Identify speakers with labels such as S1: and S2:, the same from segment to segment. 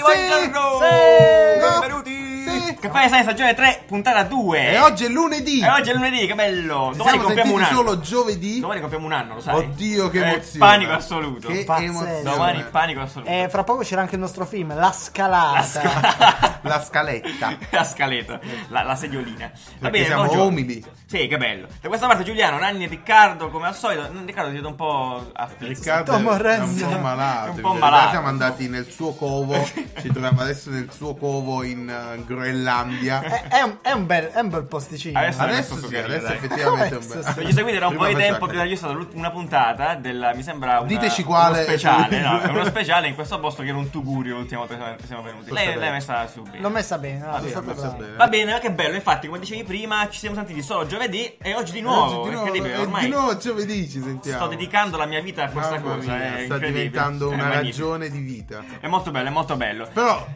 S1: Buongiorno!
S2: No.
S1: Benvenuti!
S2: Sì.
S1: Che fai, sai, stagione 3, puntata 2.
S2: E oggi è lunedì!
S1: E oggi è lunedì, che bello!
S2: Ci
S1: Domani
S2: siamo
S1: compiamo un
S2: sentiti
S1: anno.
S2: solo giovedì.
S1: Domani compiamo un anno, lo sai.
S2: Oddio, che
S1: Eh,
S2: emozione!
S1: panico assoluto.
S2: Che
S3: Pazzesco.
S2: emozione! Eh,
S1: Domani panico assoluto.
S3: E fra poco c'era anche il nostro film, La Scalata.
S1: La scaletta.
S2: La scaletta.
S1: la scaletta, la, la sediolina. Va
S2: Perché siamo
S1: oggi-
S2: umili.
S1: Sì, che bello. Da questa parte Giuliano, Nanni e Riccardo, come al solito. Riccardo ti vedo un po' afflitto.
S2: Riccardo
S3: Sto
S2: è un
S3: morendo.
S2: po' malato.
S1: È un po'
S2: in realtà
S1: malato.
S2: Siamo andati nel suo covo. ci troviamo adesso nel suo covo in eh, Groenlandia.
S1: eh,
S3: È, è un, è un bel, è un bel posticino.
S1: Adesso-
S2: Adesso
S1: sto
S2: sì,
S1: carino,
S2: adesso
S1: dai.
S2: effettivamente è un
S3: Adesso
S2: bel.
S3: sì.
S1: Se ci seguite era un po' di
S2: faceva
S1: tempo prima
S2: cagare.
S1: di stata una puntata della, mi sembra una,
S2: Diteci quale-
S1: uno speciale, no, è uno speciale in questo posto che era un tugurio l'ultima volta che siamo- che siamo venuti.
S2: Forse
S1: Lei,
S2: bene.
S1: l'hai messa subito.
S3: L'ho messa bene, no, sono
S1: sì,
S3: stato
S2: l'ho messa
S3: bravo.
S2: bene.
S1: Va bene, ma che bello, infatti come dicevi prima ci siamo sentiti solo giovedì e oggi di nuovo,
S2: Eh, Oggi di
S1: è incredibile,
S2: nuovo,
S1: ormai
S2: di nuovo giovedì ci sentiamo.
S1: sto dedicando la mia vita a questa
S2: Mamma
S1: cosa,
S2: mia,
S1: è
S2: sta
S1: incredibile.
S2: diventando
S1: È
S2: una
S1: magnifico.
S2: ragione di vita.
S1: È molto bello, è molto bello.
S2: Però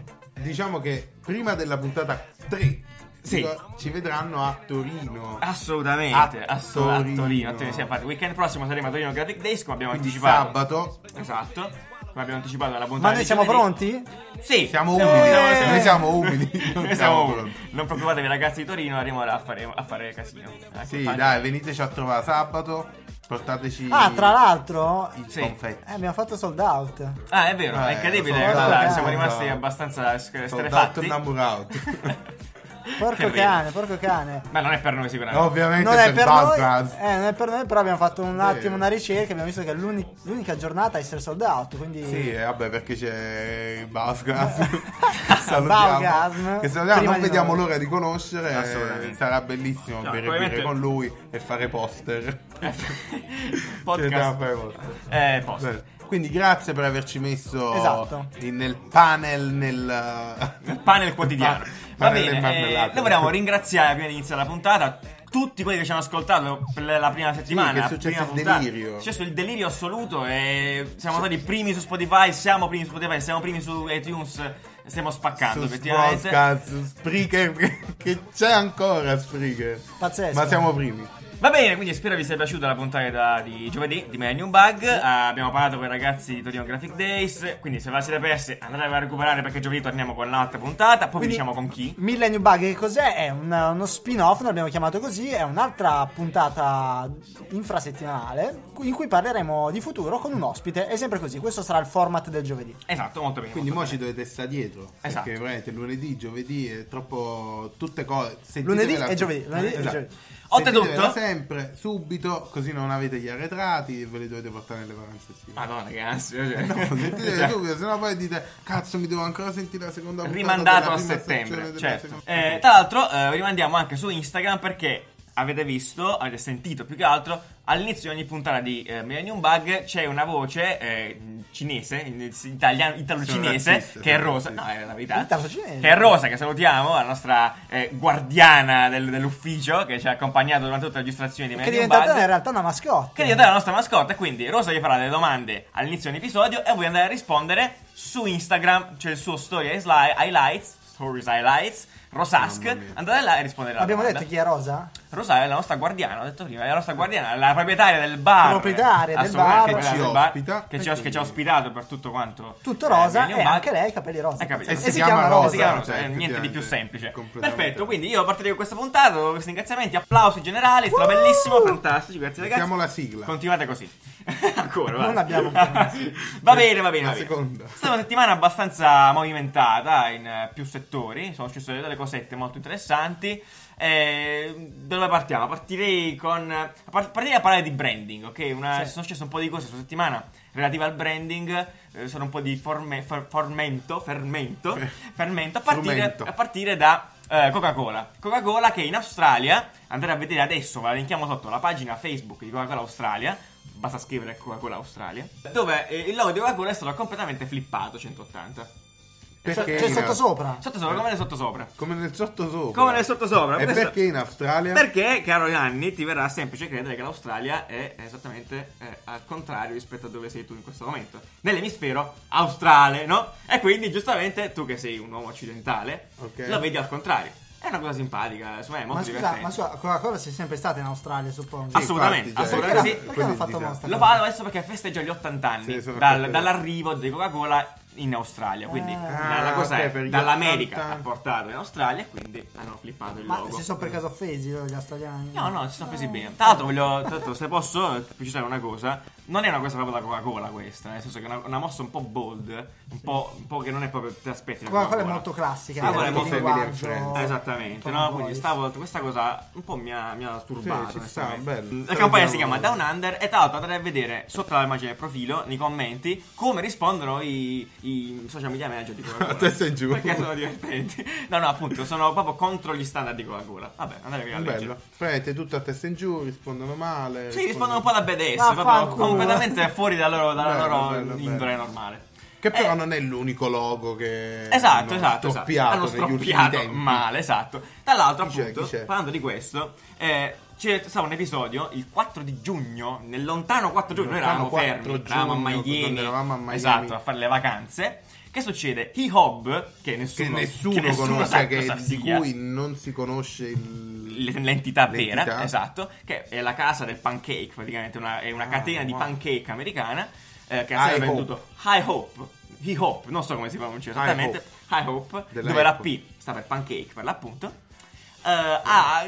S2: diciamo che prima della puntata 3
S1: Sì. Ah,
S2: dico, ci vedranno a Torino.
S1: Assolutamente,
S2: A
S1: assolut- a Torino.
S2: Torino.
S1: a Torino, sì, infatti, weekend prossimo saremo a Torino Graphic Days come abbiamo
S2: Quindi
S1: anticipato.
S2: sabato
S1: Esatto, come abbiamo anticipato nella puntata
S3: Ma noi
S1: di
S3: siamo
S1: giovedì.
S3: pronti?
S1: Sì,
S2: siamo umili.
S3: siamo-
S2: Noi siamo umili.
S1: Noi
S2: Non
S1: siamo
S2: siamo
S1: umili.
S2: pronti.
S1: Non preoccupatevi, ragazzi di Torino, arriviamo là a fare, a fare casino. Eh,
S2: Sì,
S1: infatti-
S2: dai, veniteci a trovare sabato. Portateci
S3: Ah, tra l'altro,
S2: i
S1: Sì.
S2: confetti.
S3: eh, abbiamo fatto sold out.
S1: Ah, è vero,
S2: Eh,
S1: è incredibile.
S2: sono
S1: guarda,
S3: andato,
S1: siamo
S2: sono
S1: rimasti
S2: andato.
S1: abbastanza sc-
S2: Soldato
S1: estrefatti.
S2: number out.
S3: Porco
S1: Che bello.
S3: cane, porco cane.
S1: Ma non è per noi, sicuramente.
S2: Ovviamente
S3: Non è per noi,
S2: Balbras.
S3: eh, non è per noi, però abbiamo fatto un
S2: Vero.
S3: attimo una ricerca. Abbiamo visto che è l'uni- l'unica giornata a essere sold out. Quindi,
S2: Sì, eh, vabbè, perché c'è il Bausgas.
S3: Bausgas.
S2: salutiamo. Che salutiamo,
S3: Prima
S2: non
S3: di
S2: vediamo
S3: noi.
S2: l'ora di conoscere.
S1: Assolutamente.
S2: eh, Sarà bellissimo
S1: No,
S2: bere
S1: probabilmente-
S2: birre con lui e fare poster. Ci andiamo a
S1: Podcast.
S2: fare poster.
S1: Eh, post.
S2: Bene. Quindi grazie per averci messo
S3: Esatto.
S2: in- nel panel, nel...
S1: Il Pane del quotidiano.
S2: Pa-
S1: Va
S2: panelle
S1: bene, eh,
S2: marmellate.
S1: noi vogliamo ringraziare prima di iniziare la puntata tutti quelli che ci hanno ascoltato per la prima settimana.
S2: che è successo
S1: prima
S2: il
S1: puntata.
S2: delirio.
S1: È successo il delirio assoluto e siamo stati i primi su Spotify, siamo primi su Spotify, siamo primi su iTunes. Stiamo spaccando,
S2: Su
S1: effettivamente.
S2: Sproutcast, su Spreaker, che- che c'è ancora Spreaker.
S3: Pazzesco.
S2: Ma siamo primi.
S1: Va bene, quindi spero vi sia piaciuta la puntata di giovedì di Millennium Bug. Eh, abbiamo parlato con i ragazzi di Torino Graphic Days. Quindi, se ve la siete persi, andate a recuperare perché giovedì torniamo con l'altra puntata. Poi vi
S3: Quindi-
S1: diciamo con chi.
S3: Millennium Bug che cos'è? È un- uno spin-off, noi l'abbiamo chiamato così, è un'altra puntata infrasettimanale in cui parleremo di futuro con un ospite, è sempre così, questo sarà il format del giovedì.
S1: Esatto, molto bene.
S2: Quindi
S1: molto
S2: mo ci dovete stare dietro.
S1: Esatto.
S2: Perché veramente lunedì, giovedì è troppo tutte cose.
S3: Lunedì
S2: sentitevela-
S3: e giovedì, lunedì e
S2: Esatto.
S3: giovedì.
S1: Oltretutto-
S2: Sentitevela sempre subito, così non avete gli arretrati e ve li dovete portare nelle vacanze
S3: Ah,
S2: estive.
S1: bene. Madonna, che ansia. cioè.
S2: Sentitevele
S1: Cioè,
S2: subito, sennò poi dite cazzo, mi devo ancora sentire la seconda puntata
S1: rimandato
S2: della
S1: a
S2: prima sezione
S1: settembre.
S2: della
S1: Certo.
S2: seconda-
S1: Eh, tra l'altro, eh, vi rimandiamo anche su Instagram perché. Avete visto, avete sentito più che altro, all'inizio di ogni puntata di eh, Millennium Bug c'è una voce eh, cinese, in- italiano, italo-cinese,
S2: razzista,
S1: che è
S2: sono
S1: rosa. No,
S2: razzista.
S1: è la verità.
S3: Italo-cinese.
S1: Che è rosa, che salutiamo, la nostra eh, guardiana del- dell'ufficio che ci ha accompagnato durante tutta la registrazione di
S3: Che è
S1: Millennium
S3: diventata
S1: Bug.
S3: in realtà una mascotte.
S1: Che diventerà la nostra mascotte, quindi Rosa vi farà delle domande all'inizio di ogni episodio e voi andate a rispondere su Instagram, c'è il suo story Hisli- highlights, stories highlights, Rosask,
S2: Mamma mia.
S1: andate là e rispondere alla
S3: Abbiamo
S1: domanda.
S3: detto chi è Rosa?
S1: Rosa è la nostra guardiana, ho detto prima, è la nostra guardiana, la proprietaria del bar.
S3: Proprietaria del
S1: Assolutamente,
S3: bar.
S1: che
S2: Che ci
S1: del bar,
S2: ospita.
S1: Che
S2: E
S1: ci, os- che ci ha
S2: quindi-
S1: ospitato per tutto quanto.
S3: Tutto
S1: eh,
S3: rosa
S1: Millennium
S3: e
S1: Bar.
S3: anche lei capelli rosa.
S1: Hai capito.
S3: E
S1: E
S3: si,
S2: si
S3: chiama,
S2: chiama
S3: Rosa.
S1: Si chiama
S2: Rosa,
S1: Rosa, eh, niente di
S2: effettivamente,
S1: più semplice.
S2: completamente.
S1: Perfetto, quindi io partirei con questa puntata, con questo ringraziamenti, applausi generali, è stato bellissimo, fantastico, grazie ragazzi.
S2: Mettiamo la sigla.
S1: Continuate così. Ancora, va.
S3: Non abbiamo
S1: va
S3: ancora
S1: bene, va bene, va
S2: La
S1: bene.
S2: seconda.
S1: È stata una settimana abbastanza movimentata in eh, più settori, sono successe delle cosette molto interessanti. Eh, da dove partiamo? Partirei con par- partirei a parlare di branding, ok? Una-
S3: Sì.
S1: Sono successe un po' di cose questa settimana relative al branding, eh, sono un po' di forme- fer- formento, fermento, fermento, a partire,
S2: Frumento.
S1: a partire da eh, Coca-Cola. Coca-Cola che in Australia, andate a vedere adesso, ve la linkiamo sotto la pagina Facebook di Coca-Cola Australia. Basta scrivere Coca-Cola Australia. Dove eh, il logo di Coca-Cola è stato completamente flippato 180.
S2: Perché
S3: C'è
S2: in-
S3: sotto sopra.
S1: Sotto sopra, come nel sotto sopra.
S2: Come nel sottosopra.
S1: Come nel sottosopra,
S2: E
S1: questo-
S2: perché in Australia?
S1: Perché, caro Gianni, ti verrà semplice credere che l'Australia è esattamente eh, al contrario rispetto a dove sei tu in questo momento. Nell'emisfero australe, no? E quindi, giustamente, tu che sei un uomo occidentale,
S2: Ok.
S1: lo vedi al contrario. È una cosa simpatica, insomma, è molto
S3: Ma scusa,
S1: divertente.
S3: ma scusa, Coca-Cola sei sempre stata in Australia, suppongo.
S2: Sì,
S1: assolutamente,
S2: infatti, cioè,
S1: assolutamente
S2: quelli-
S1: sì.
S3: Perché
S2: quelli
S3: hanno fatto
S2: disastri.
S3: mossa?
S1: Lo fanno adesso perché festeggia gli 80 anni
S2: Sì, sono
S1: dal-
S2: d'accordo.
S1: dall'arrivo di Coca-Cola in Australia. Quindi
S3: Ah,
S1: la, la cosa
S2: ok, per
S1: è
S2: gli
S1: dall'America
S2: 80.
S1: l'ha portato in Australia, quindi hanno flippato il
S3: Ma
S1: logo.
S3: si sono per caso Ah. offesi eh, gli australiani?
S1: No, no, ci sono presi bene. Tra l'altro, voglio, tra l'altro, se posso precisare una cosa, non è una cosa proprio da Coca-Cola questa, nel senso che è una, una mossa un po' bold, un, po', un po' che non è proprio te aspetti da
S3: Qua, quella è
S1: Coca-Cola.
S3: molto classica.
S1: Sì, quella è
S3: il
S1: Ah, molto
S3: linguaggio-
S2: Family and Friends.
S1: Ah, Esattamente,
S3: Tom
S1: no?
S3: Boy.
S1: Quindi stavolta questa cosa un po' mi ha, mi ha turbato.
S2: Sì, ci sta,
S1: onestamente.
S2: bello.
S1: La campagna si
S2: Bello.
S1: chiama Down Under e tra l'altro andrei a vedere sotto la immagine del profilo, nei commenti, come rispondono i, i social media manager di Coca-Cola.
S2: A testa in giù.
S1: Perché sono divertenti. No, no, appunto, sono proprio contro gli standard di Coca-Cola. Vabbè, andrei a leggere.
S2: Bello. Prendete tutto a testa in giù, rispondono male.
S1: Sì, rispondono un po' da BDS,
S3: Ma
S1: proprio
S3: fanculo.
S1: completamente fuori dalla loro, dalla
S2: Bello,
S1: loro
S2: bello, bello.
S1: indole normale.
S2: Che però
S1: Eh.
S2: non è l'unico logo che
S1: Esatto,
S2: hanno
S1: esatto, esatto.
S2: stoppiato
S1: Hanno
S2: negli ultimi
S1: stroppiato
S2: tempi.
S1: male, esatto. Dall'altro,
S2: Chi c'è,
S1: appunto,
S2: chi c'è?
S1: parlando di questo, eh, c'è stato un episodio il 4 di giugno, nel lontano 4 giugno, noi eravamo
S2: Lontano 4
S1: fermi, eravamo a
S2: giugno,
S1: Miami,
S2: quando eravamo a Miami.
S1: esatto, a fare le vacanze. Che succede? He Hob, che
S2: Che
S1: nessuno,
S2: nessuno,
S1: che nessuno sa
S2: conosce, che-
S1: cosa
S2: di
S1: sia,
S2: cui non si conosce il...
S1: l- l'entità vera,
S2: L'entità.
S1: esatto, che è la casa del pancake, praticamente una- è una
S2: Ah,
S1: catena di
S2: wow.
S1: pancake americana eh, che
S2: High
S1: ha sempre
S2: Hope.
S1: venduto High Hope. He Hope, non so come si pronuncia
S2: High
S1: esattamente.
S2: Hope.
S1: High Hope,
S2: Della
S1: dove la
S2: Apple.
S1: P sta per pancake per l'appunto. eh, ha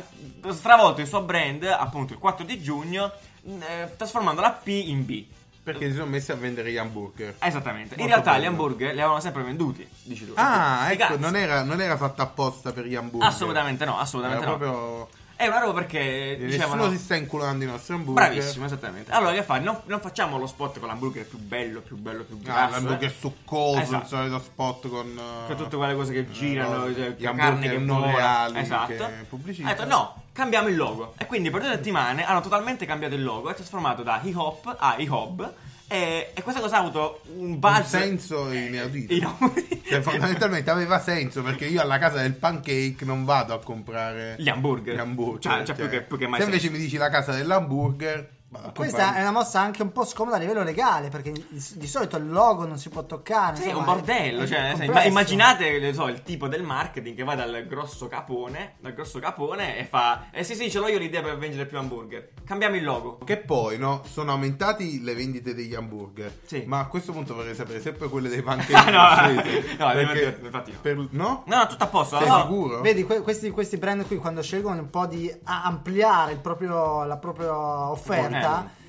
S1: stravolto il suo brand appunto il 4 di giugno, mh, eh, trasformando la P in B.
S2: Perché si sono messi a vendere gli hamburger.
S1: Esattamente. In
S2: Molto
S1: realtà gli
S2: bello.
S1: hamburger li avevano sempre venduti, dici tu.
S2: Ah,
S1: Sti
S2: ecco,
S1: cazzi.
S2: non era, non era fatta apposta per gli hamburger.
S1: Assolutamente no, assolutamente
S2: Era
S1: no.
S2: proprio...
S1: È una roba perché dicevano
S2: Nessuno si sta inculando i nostri hamburger.
S1: Bravissimo, esattamente. Allora, che fai? Non, non facciamo lo spot con l'hamburger più bello, più bello, più grasso.
S2: Ah, l'hamburger
S1: eh.
S2: succoso,
S1: Esatto.
S2: il solito spot con... eh,
S1: Con tutte quelle cose che girano,
S2: no,
S1: cioè,
S2: gli
S1: la
S2: hamburger
S1: carne che
S2: non
S1: vola.
S2: reali,
S1: Esatto.
S2: che pubblicità.
S1: Ha detto no, cambiamo il logo. E quindi per due settimane hanno totalmente cambiato il logo e trasformato da hip hop a hip hop. E, e questa cosa ha avuto un
S2: un
S1: buzz.
S2: senso
S1: Eh,
S2: inaudito.
S1: inaudito.
S2: Cioè, fondamentalmente aveva senso perché io alla casa del pancake non vado a comprare
S1: Gli hamburger.
S2: gli hamburger,
S1: Cioè, cioè, più che- più che mai
S2: se invece
S1: senso.
S2: mi dici la casa dell'hamburger, vado a
S3: Questa
S2: comprare-
S3: è una mossa anche un po' scomoda a livello legale, perché di, di solito il logo non si può toccare.
S1: Sì, è
S3: insomma,
S1: un bordello. Cioè, nel senso,
S3: complesso.
S1: immaginate non so, il tipo del marketing che va dal grosso capone, dal grosso capone e fa. Eh sì, sì, ce l'ho io l'idea per vendere più hamburger. Cambiamo il logo.
S2: Che poi no, sono aumentati le vendite degli hamburger.
S1: Sì.
S2: Ma a questo punto vorrei sapere se poi quelle dei pancake.
S1: Ah, no,
S2: sono scese,
S1: no,
S2: perché
S1: devo- infatti no.
S2: per- no?
S1: No, no, tutto a posto.
S2: Sei
S1: no.
S2: sicuro?
S3: Vedi, que- questi, questi brand qui quando scelgono un po' di a- ampliare il proprio- la propria offerta.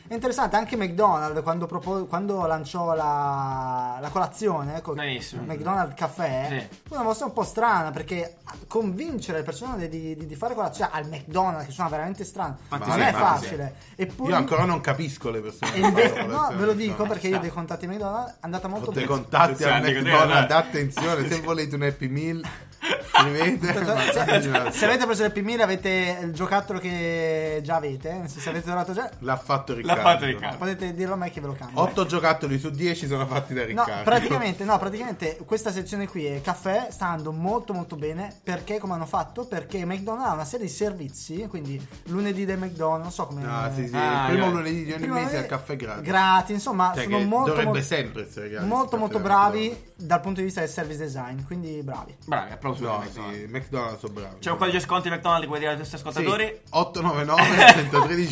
S3: È interessante, anche McDonald's quando, propo- quando lanciò la, la colazione con
S1: Benissimo.
S3: McDonald's Café,
S1: Sì.
S3: fu una mossa un po' strana perché convincere le persone di, di- di fare colazione al McDonald's, che suona veramente strano,
S1: Infatti
S3: non
S2: sì,
S3: è
S2: infatti
S3: facile. Eppure,
S2: Io ancora non capisco le persone.
S3: e
S2: che fanno
S3: invece- Eh, no,
S2: colazione
S3: ve lo dico
S2: McDonald's.
S3: perché io dei contatti McDonald's è andata molto
S2: Fate
S3: bene.
S2: contatti al
S1: Attenzione,
S2: McDonald's,
S1: attenzione.
S2: attenzione, se volete un Happy Meal, scrivete. ma-
S3: Cioè, Se, se avete preso il P1000 avete il giocattolo che già avete, eh, se avete trovato già,
S2: L'ha fatto Riccardo.
S1: L'ha fatto Riccardo.
S3: potete dirlo a me che ve lo cambio.
S2: 8 giocattoli su 10 sono fatti da
S3: No,
S2: Riccardo.
S3: praticamente, no, praticamente questa sezione qui è caffè, sta andando molto molto bene perché come hanno fatto? Perché McDonald's ha una serie di servizi, quindi lunedì del McDonald's, non so come...
S2: No, sì, sì,
S1: Ah,
S2: il primo
S1: ok.
S2: lunedì di ogni
S3: Prima
S2: mese è il
S3: lunedì-
S2: caffè gratis.
S3: Gratis, insomma,
S2: Cioè
S3: sono
S2: che
S3: molto...
S2: dovrebbe
S3: molto-
S2: sempre essere gratis.
S3: Molto
S2: il
S3: molto
S2: caffè
S3: bravi dal punto di vista del service design, quindi bravi.
S1: Bravi, applausi.
S2: da
S1: per
S2: McDonald's. No,
S1: McDonald's.
S2: sì, McDonald's sono bravi.
S1: C'è un codice sconti McDonald's che vuoi dire ai nostri
S2: Sì,
S1: ascoltatori?
S2: 899 113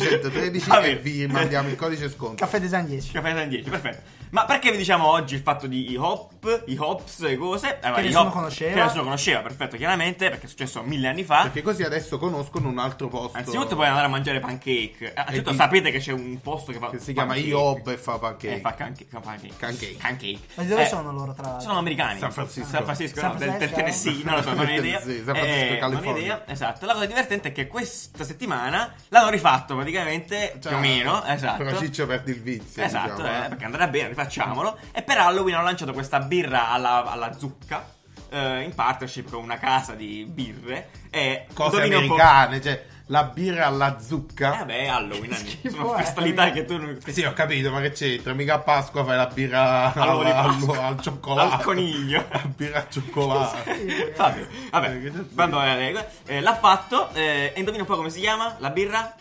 S2: 113
S1: Vabbè.
S2: e vi mandiamo il codice sconto.
S3: Caffè design 10.
S1: Ci fai prendere 10, perfetto. Ma perché vi diciamo oggi il fatto di i hop, i hops, le cose? Allora,
S3: Che
S1: i
S3: nessuno
S1: hop-
S3: conosceva.
S1: Che nessuno conosceva, perfetto, chiaramente, perché è successo mille anni fa.
S2: Perché così adesso conoscono un altro posto.
S1: Anzitutto puoi andare a mangiare pancake. Eh, Anzitutto
S2: di-
S1: sapete che c'è un posto che fa
S2: che si chiama
S1: pancake.
S2: IOB e fa pancake.
S1: E Eh, fa canche- fa pancake.
S2: Pancake.
S1: Pancake.
S3: Ma di dove
S1: Eh,
S3: sono loro tra l'altro?
S1: Sono americani.
S2: San Francisco.
S1: San Francisco,
S3: San
S1: no, del, del
S3: Francisco.
S1: Tennessee, non lo so, non ho idea.
S2: Sì, San Francisco,
S1: Eh, non ho
S2: California.
S1: idea, esatto. La cosa divertente è che questa settimana l'hanno rifatto praticamente
S2: Cioè,
S1: più o meno, esatto.
S2: Però Ciccio perde il vizio.
S1: Esatto,
S2: diciamo,
S1: eh, perché andrà bene, rifacciamolo. E per Halloween hanno lanciato questa birra alla, alla zucca. eh, in partnership con una casa di birre. E
S2: Cose
S1: indovina un po'-
S2: americane, cioè la birra alla
S1: Eh
S2: zucca.
S1: beh, è Halloween, anni.
S3: schifo
S1: sono
S3: è.
S1: festalità che tu non...
S2: Eh sì, ho capito, ma che c'entra? Mica a Pasqua fai la birra
S1: All'uovo di
S2: alla-
S1: Pasqua.
S2: al cioccolato.
S1: Al coniglio.
S2: La birra al cioccolato.
S1: Vabbè, vabbè,
S2: Eh, che cazzo
S1: quando è la regola. Eh, l'ha fatto, eh, e indovina un po' come si chiama la birra?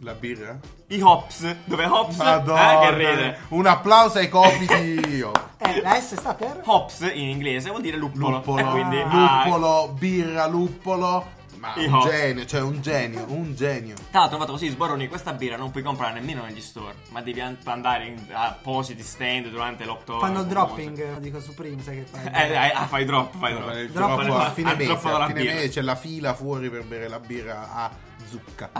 S2: la birra?
S1: I Hops, dove Hops?
S2: Madonna.
S1: Eh, che ride.
S2: Un applauso ai copi di io.
S3: Eh, la S sta per?
S1: Hops in inglese vuol dire luppolo. Eh,
S2: Luppolo,
S1: E quindi, ah,
S2: luppolo, birra, luppolo, Ma
S1: I
S2: un
S1: hot.
S2: genio, cioè un genio, un genio.
S1: ah, Tra l'altro ho trovato così sboroni, questa birra non puoi comprare nemmeno negli store, ma devi an- andare in appositi stand durante l'ottobre.
S3: Fanno il dropping, dico Supreme, sai che fai.
S1: Eh, eh, ah, fai drop, fai drop.
S2: Il
S3: Troppo-
S2: troppo a fine
S1: al
S2: mese,
S1: troppo
S2: a
S1: dalla
S2: fine
S1: birra.
S2: mese c'è la fila fuori per bere la birra a zucca.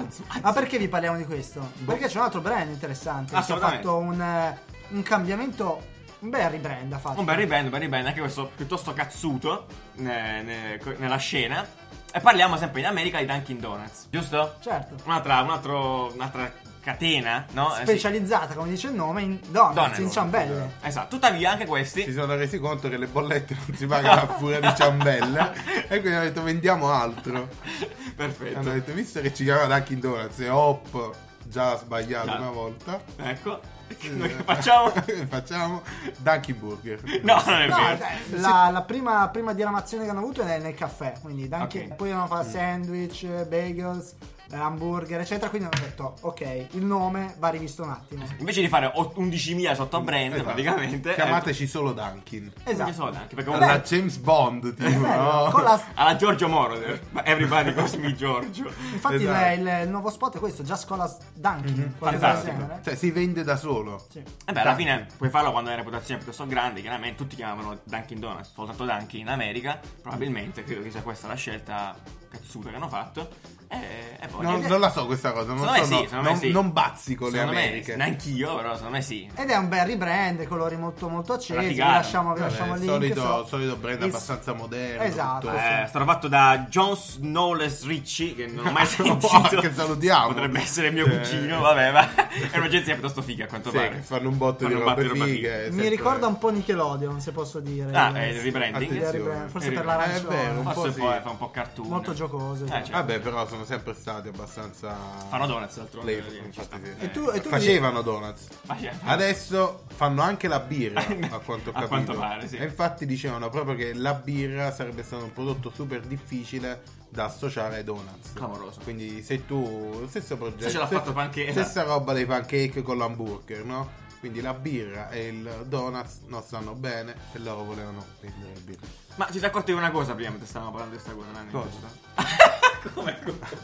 S3: Ma perché vi parliamo di questo? Perché c'è un altro brand interessante che ha
S1: Boh. Assolutamente.
S3: fatto un, eh, un cambiamento, un bel rebrand ha fatto.
S1: Ah, Un bel riband, un bel riband, anche questo piuttosto cazzuto ne- ne- co- nella scena. E parliamo sempre in America di Dunkin' Donuts, giusto? Cioè,
S3: Certo.
S1: Un'altra, un altro- un'altra catena, no? Eh, sì.
S3: Specializzata, come dice il nome, in donuts,
S1: Donuts,
S3: in ciambelle.
S1: Esatto, tuttavia anche questi
S2: Si sono resi conto che le bollette non si pagano a furia di ciambella e quindi hanno detto vendiamo altro. Hanno
S1: Perfetto.
S2: detto visto che ci chiamava Dunkin' Donuts e hop, già sbagliato
S1: Già.
S2: una volta.
S1: Ecco. Noi che facciamo?
S2: Facciamo Dunkin' Burger.
S1: No, non è
S3: No,
S1: vero.
S3: eh, la, la prima, prima diramazione che hanno avuto è nel caffè, quindi anche,
S1: Ok. Mm.
S3: poi hanno fatto sandwich, eh, bagels, eh, hamburger, eccetera. Quindi hanno detto, ok, il nome va rivisto un attimo.
S1: Invece di fare ott- 11.000 sotto brand,
S2: Esatto.
S1: praticamente. ecco.
S2: Chiamateci solo Dunkin'.
S1: Esatto.
S3: Esatto.
S1: anche perché
S2: Alla
S1: comunque-
S2: James Bond, tipo,
S3: Bello,
S2: no?
S3: con la-
S1: alla Giorgio Moroder. Everybody calls me Giorgio.
S3: infatti
S2: Esatto.
S3: la- il, il nuovo spot è questo, Just Call Us Dunkin', qualcosa del
S1: Fantastico.
S3: genere.
S2: Cioè, si vende da solo.
S3: Sì.
S1: E Eh beh, alla
S2: Eh.
S1: fine puoi farlo quando hai una reputazione piuttosto grande. Chiaramente tutti chiamavano Dunkin' Donuts, soltanto Dunkin' in America. Probabilmente, credo che sia questa la scelta cazzuta che hanno fatto. E, e poi.
S2: Non,
S3: Cioè,
S2: non la so questa cosa, non,
S1: Secondo me
S2: sono-
S1: sì, secondo me
S2: non-
S1: sì.
S2: non bazzico le
S1: secondo me,
S2: Americhe.
S1: neanche io, però secondo me sì.
S3: Ed è un bel rebrand, colori molto molto accesi. Vi
S1: figata.
S3: lasciamo, vi
S2: Vabbè,
S3: lasciamo il link.
S2: solito,
S3: so-
S2: solito brand
S3: il-
S2: abbastanza moderno.
S3: Esatto.
S2: tutto.
S1: Eh, sarà fatto da John Snowless Ricci, che non ho mai sentito.
S2: Oh, Che salutiamo.
S1: Potrebbe essere mio
S2: Eh.
S1: cugino, vabbè, ma è un'agenzia piuttosto figa a quanto
S2: Sì,
S1: pare.
S2: che fanno un botto
S1: Fanno
S2: di
S1: un
S2: robe
S1: botto di robe
S2: fighe.
S1: fighe.
S3: Mi
S2: sempre-
S3: ricorda un po' Nickelodeon, se posso dire.
S1: Ah, è il rebranding.
S3: Il
S2: Attenzione.
S3: rebrand, Forse
S1: Il
S3: per
S1: rebrand.
S2: Eh, è vero,
S3: l'arancione.
S2: un po'
S1: Forse
S2: sì.
S1: poi fa un po' cartoon.
S3: Molto giocoso.
S1: Eh, certo.
S2: Vabbè, però sono sempre stati abbastanza.
S1: Fanno donuts d'altronde.
S2: Lei-
S1: voglio dire, ci
S2: infatti
S1: sta.
S2: sì.
S1: Eh.
S3: E tu, e tu
S2: Facevano donuts.
S1: Ma c'è-
S2: Adesso fanno anche la birra, a quanto ho capito.
S1: Certo. A quanto pare, sì.
S2: E infatti dicevano proprio che la birra sarebbe stato un prodotto super difficile da associare ai donuts.
S1: Clamoroso.
S2: Quindi se tu, stesso progetto,
S1: Se ce l'ha
S2: stessa-
S1: fatto Pancake.
S2: stessa roba dei pancake con l'hamburger, no? Quindi la birra e il donuts non stanno bene e loro volevano vendere la birra.
S1: Ma ti sei accorto di una cosa prima mentre stavamo parlando di questa cosa? Nanni?
S2: Cosa? Cioè,
S1: Come cosa?